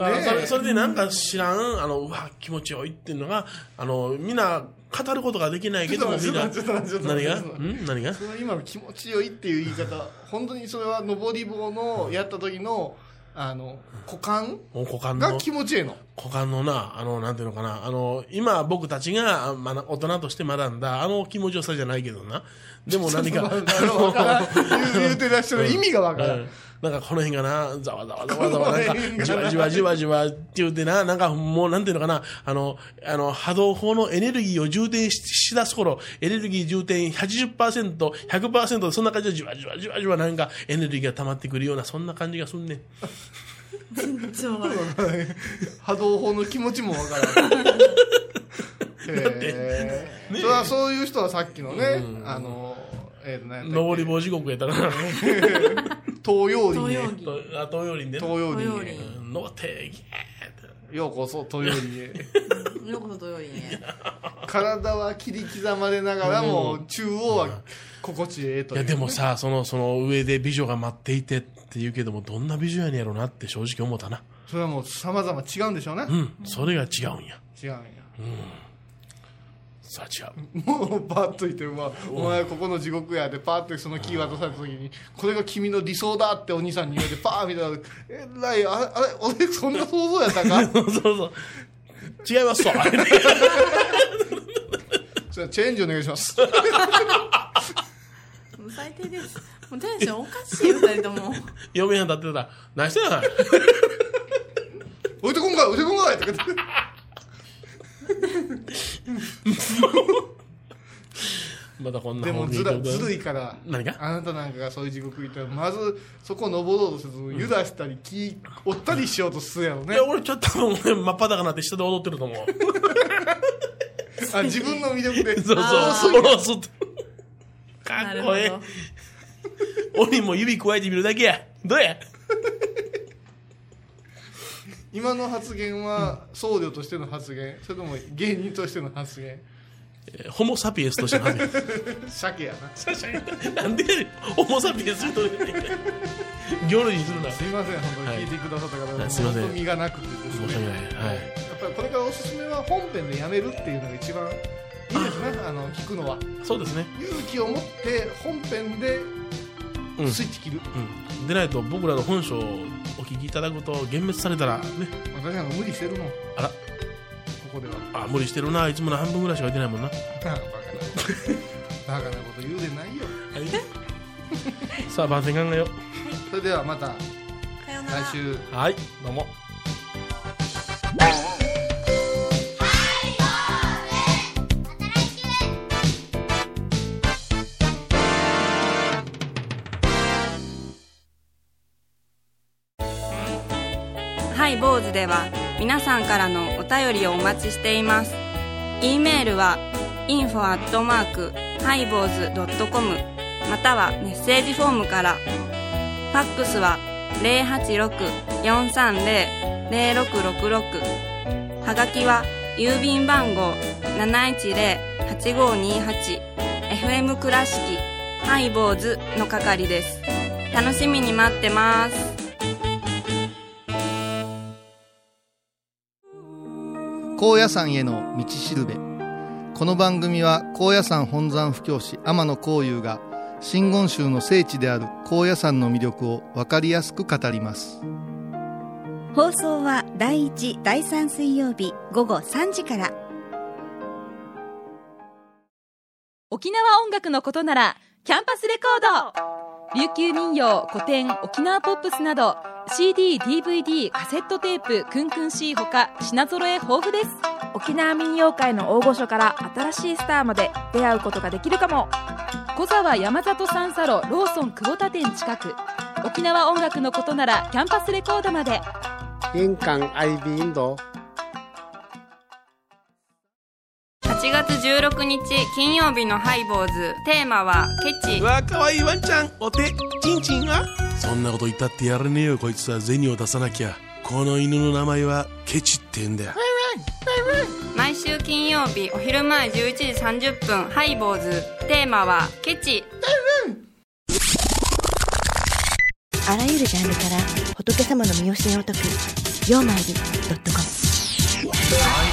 [SPEAKER 3] あ
[SPEAKER 4] ねえ
[SPEAKER 3] それそれでなんか知らん、あの、うわ、気持ちよいっていうのが、あの、みんな語ることができないけども、
[SPEAKER 4] ち
[SPEAKER 3] み
[SPEAKER 4] ょ
[SPEAKER 3] ん
[SPEAKER 4] っと
[SPEAKER 3] な、
[SPEAKER 4] 待ってちょっと待
[SPEAKER 3] 何
[SPEAKER 4] ってちょ
[SPEAKER 3] が
[SPEAKER 4] っと待って
[SPEAKER 3] ん何が
[SPEAKER 4] その今の気持ちよいっていう言い方本当にそれは上り棒のやった時のあの股間
[SPEAKER 3] もう股間
[SPEAKER 4] が
[SPEAKER 3] の。
[SPEAKER 4] 気持ちいいの
[SPEAKER 3] 股間のな、あの、なんていうのかな、あの、今僕たちが、あまな、大人として学んだ、あの気持ちよさじゃないけどな。でも何か、
[SPEAKER 4] あの わからん言う言うてらっしゃる意味がわからん、
[SPEAKER 3] うんなんかこの辺がな、ざわざわざわざわ、なん
[SPEAKER 4] この辺が
[SPEAKER 3] か、
[SPEAKER 4] な
[SPEAKER 3] じわじわじわじわって言ってな、なんかもうなんていうのかな、あの、あの、波動砲のエネルギーを充填ししだす頃、エネルギー充填80%、100%、そんな感じでじわじわじわじわなんかエネルギーが溜まってくるような、そんな感じがすんねん。
[SPEAKER 4] 波動砲の気持ちもわからんえーそれはそういう人はさっきのね、あのえっ、とね
[SPEAKER 3] 上り棒地獄やったらな、
[SPEAKER 4] 東洋
[SPEAKER 9] 東
[SPEAKER 4] 林
[SPEAKER 9] 洋
[SPEAKER 4] へ
[SPEAKER 9] 儀
[SPEAKER 3] あ東洋林でな。
[SPEAKER 4] 東洋
[SPEAKER 9] 東洋
[SPEAKER 4] 林
[SPEAKER 9] 林
[SPEAKER 4] へ
[SPEAKER 3] うん登って、ギャーって。
[SPEAKER 4] ようこそ東洋林へ
[SPEAKER 9] ようこそ土曜日ね
[SPEAKER 4] 体は切り刻まれながらも中央は心地ええと
[SPEAKER 3] い
[SPEAKER 4] いう
[SPEAKER 3] やでもさ、その、その上で美女が待っていてって言うけども、どんな美女やねやろなって正直思ったな。
[SPEAKER 4] それはもう様々違うんでしょうね、
[SPEAKER 3] うん、それが違うんや。
[SPEAKER 4] 違うんや
[SPEAKER 3] さあ違う。
[SPEAKER 4] もうパッといて、まあ、お前ここの地獄やでパッとそのキー渡された時にこれが君の理想だってお兄さんに言われてパーみたいなえらいあれあれ俺そんな想像やったか
[SPEAKER 3] そうそう。違いますと。
[SPEAKER 4] じゃあチェンジお願いします
[SPEAKER 9] もう最低ですもうテンションおかしいよ二人と も
[SPEAKER 3] 嫁はんだってたら、何してんの
[SPEAKER 4] 置いてこんかい置いてこんかいとか言 って
[SPEAKER 3] またこんな
[SPEAKER 4] でもずらずるいから
[SPEAKER 3] 何が
[SPEAKER 4] あなたなんかがそういう地獄行ったらまずそこ登ろうとせず湯出したり木折ったりしようとするやろ
[SPEAKER 3] い
[SPEAKER 4] ね
[SPEAKER 3] や、俺ちょっともうね、真っ裸になって下で踊ってると 思う。
[SPEAKER 4] あ自分の魅力で
[SPEAKER 3] そうそう、おろすって。かっこえ
[SPEAKER 9] なる
[SPEAKER 3] え。鬼も指加えてみるだけや。どうや
[SPEAKER 4] 今の発言は僧侶としての発言それとも芸人としての発言
[SPEAKER 3] えーホモサピエンスとしてなぜ。
[SPEAKER 4] 鮭やなす
[SPEAKER 3] なんでやねん重さピエするとね魚類にするな申
[SPEAKER 4] いません本当
[SPEAKER 3] はい
[SPEAKER 4] に聞いてくださった方、
[SPEAKER 3] はいすいま
[SPEAKER 4] 本
[SPEAKER 3] せん
[SPEAKER 4] 当身がなくてです
[SPEAKER 3] し訳
[SPEAKER 4] ね
[SPEAKER 3] ないはい
[SPEAKER 4] やっぱりこれからおすすめは本編でやめるっていうのが一番いいですねあの聞くのは
[SPEAKER 3] そうですね
[SPEAKER 4] 勇気を持って本編で
[SPEAKER 3] うん
[SPEAKER 4] スイッチ切る、
[SPEAKER 3] うんでないと僕らの本性をお聞きいただくと幻滅されたらね
[SPEAKER 4] 私なんか無理してるもんこ
[SPEAKER 3] あら
[SPEAKER 4] こでは
[SPEAKER 3] あ 無理してるないつもの半分ぐらいしか出てないもんな
[SPEAKER 4] バカなバカなこと言うでないよ
[SPEAKER 3] さあ番宣考えよ
[SPEAKER 4] それではまた
[SPEAKER 9] さようなら
[SPEAKER 4] 来週
[SPEAKER 3] うはいどうも
[SPEAKER 2] ハイボーズでは皆さんからのお便りをお待ちしています。e メールは info アットマークハイボーズドットコムまたはメッセージフォームから。ファックスは086-430-0666はがきは郵便番号710-8528 FM 倉敷ハイボーズの係です。楽しみに待ってます。
[SPEAKER 4] 高野山への道しるべこの番組は高野山本山布教師天野幸雄が真言宗の聖地である高野山の魅力を分かりやすく語ります
[SPEAKER 7] 放送は第1第3水曜日午後3時から
[SPEAKER 10] 沖縄音楽のことならキャンパスレコード琉球民謡古典沖縄ポップスなど CDDVD カセットテープクンクン C ほか品揃え豊富です
[SPEAKER 11] 沖縄民謡界の大御所から新しいスターまで出会うことができるかも
[SPEAKER 10] 小沢山里三佐路ローソン久保田店近く沖縄音楽のことならキャンパスレコードまで
[SPEAKER 12] 玄関アイビーンド
[SPEAKER 2] 8月16日金曜日のハイボーズテーマはケチ
[SPEAKER 13] うわかわいいワンちゃんお手チンチンは
[SPEAKER 3] そんなこと言ったってやれねえよこいつは銭を出さなきゃこの犬の名前はケチって言うんだよ
[SPEAKER 2] 毎週金曜日お昼前11時30分ハイボーズテーマはケチ
[SPEAKER 14] あらゆるジャンルから仏様の身教えを解く「曜マイルドットコム」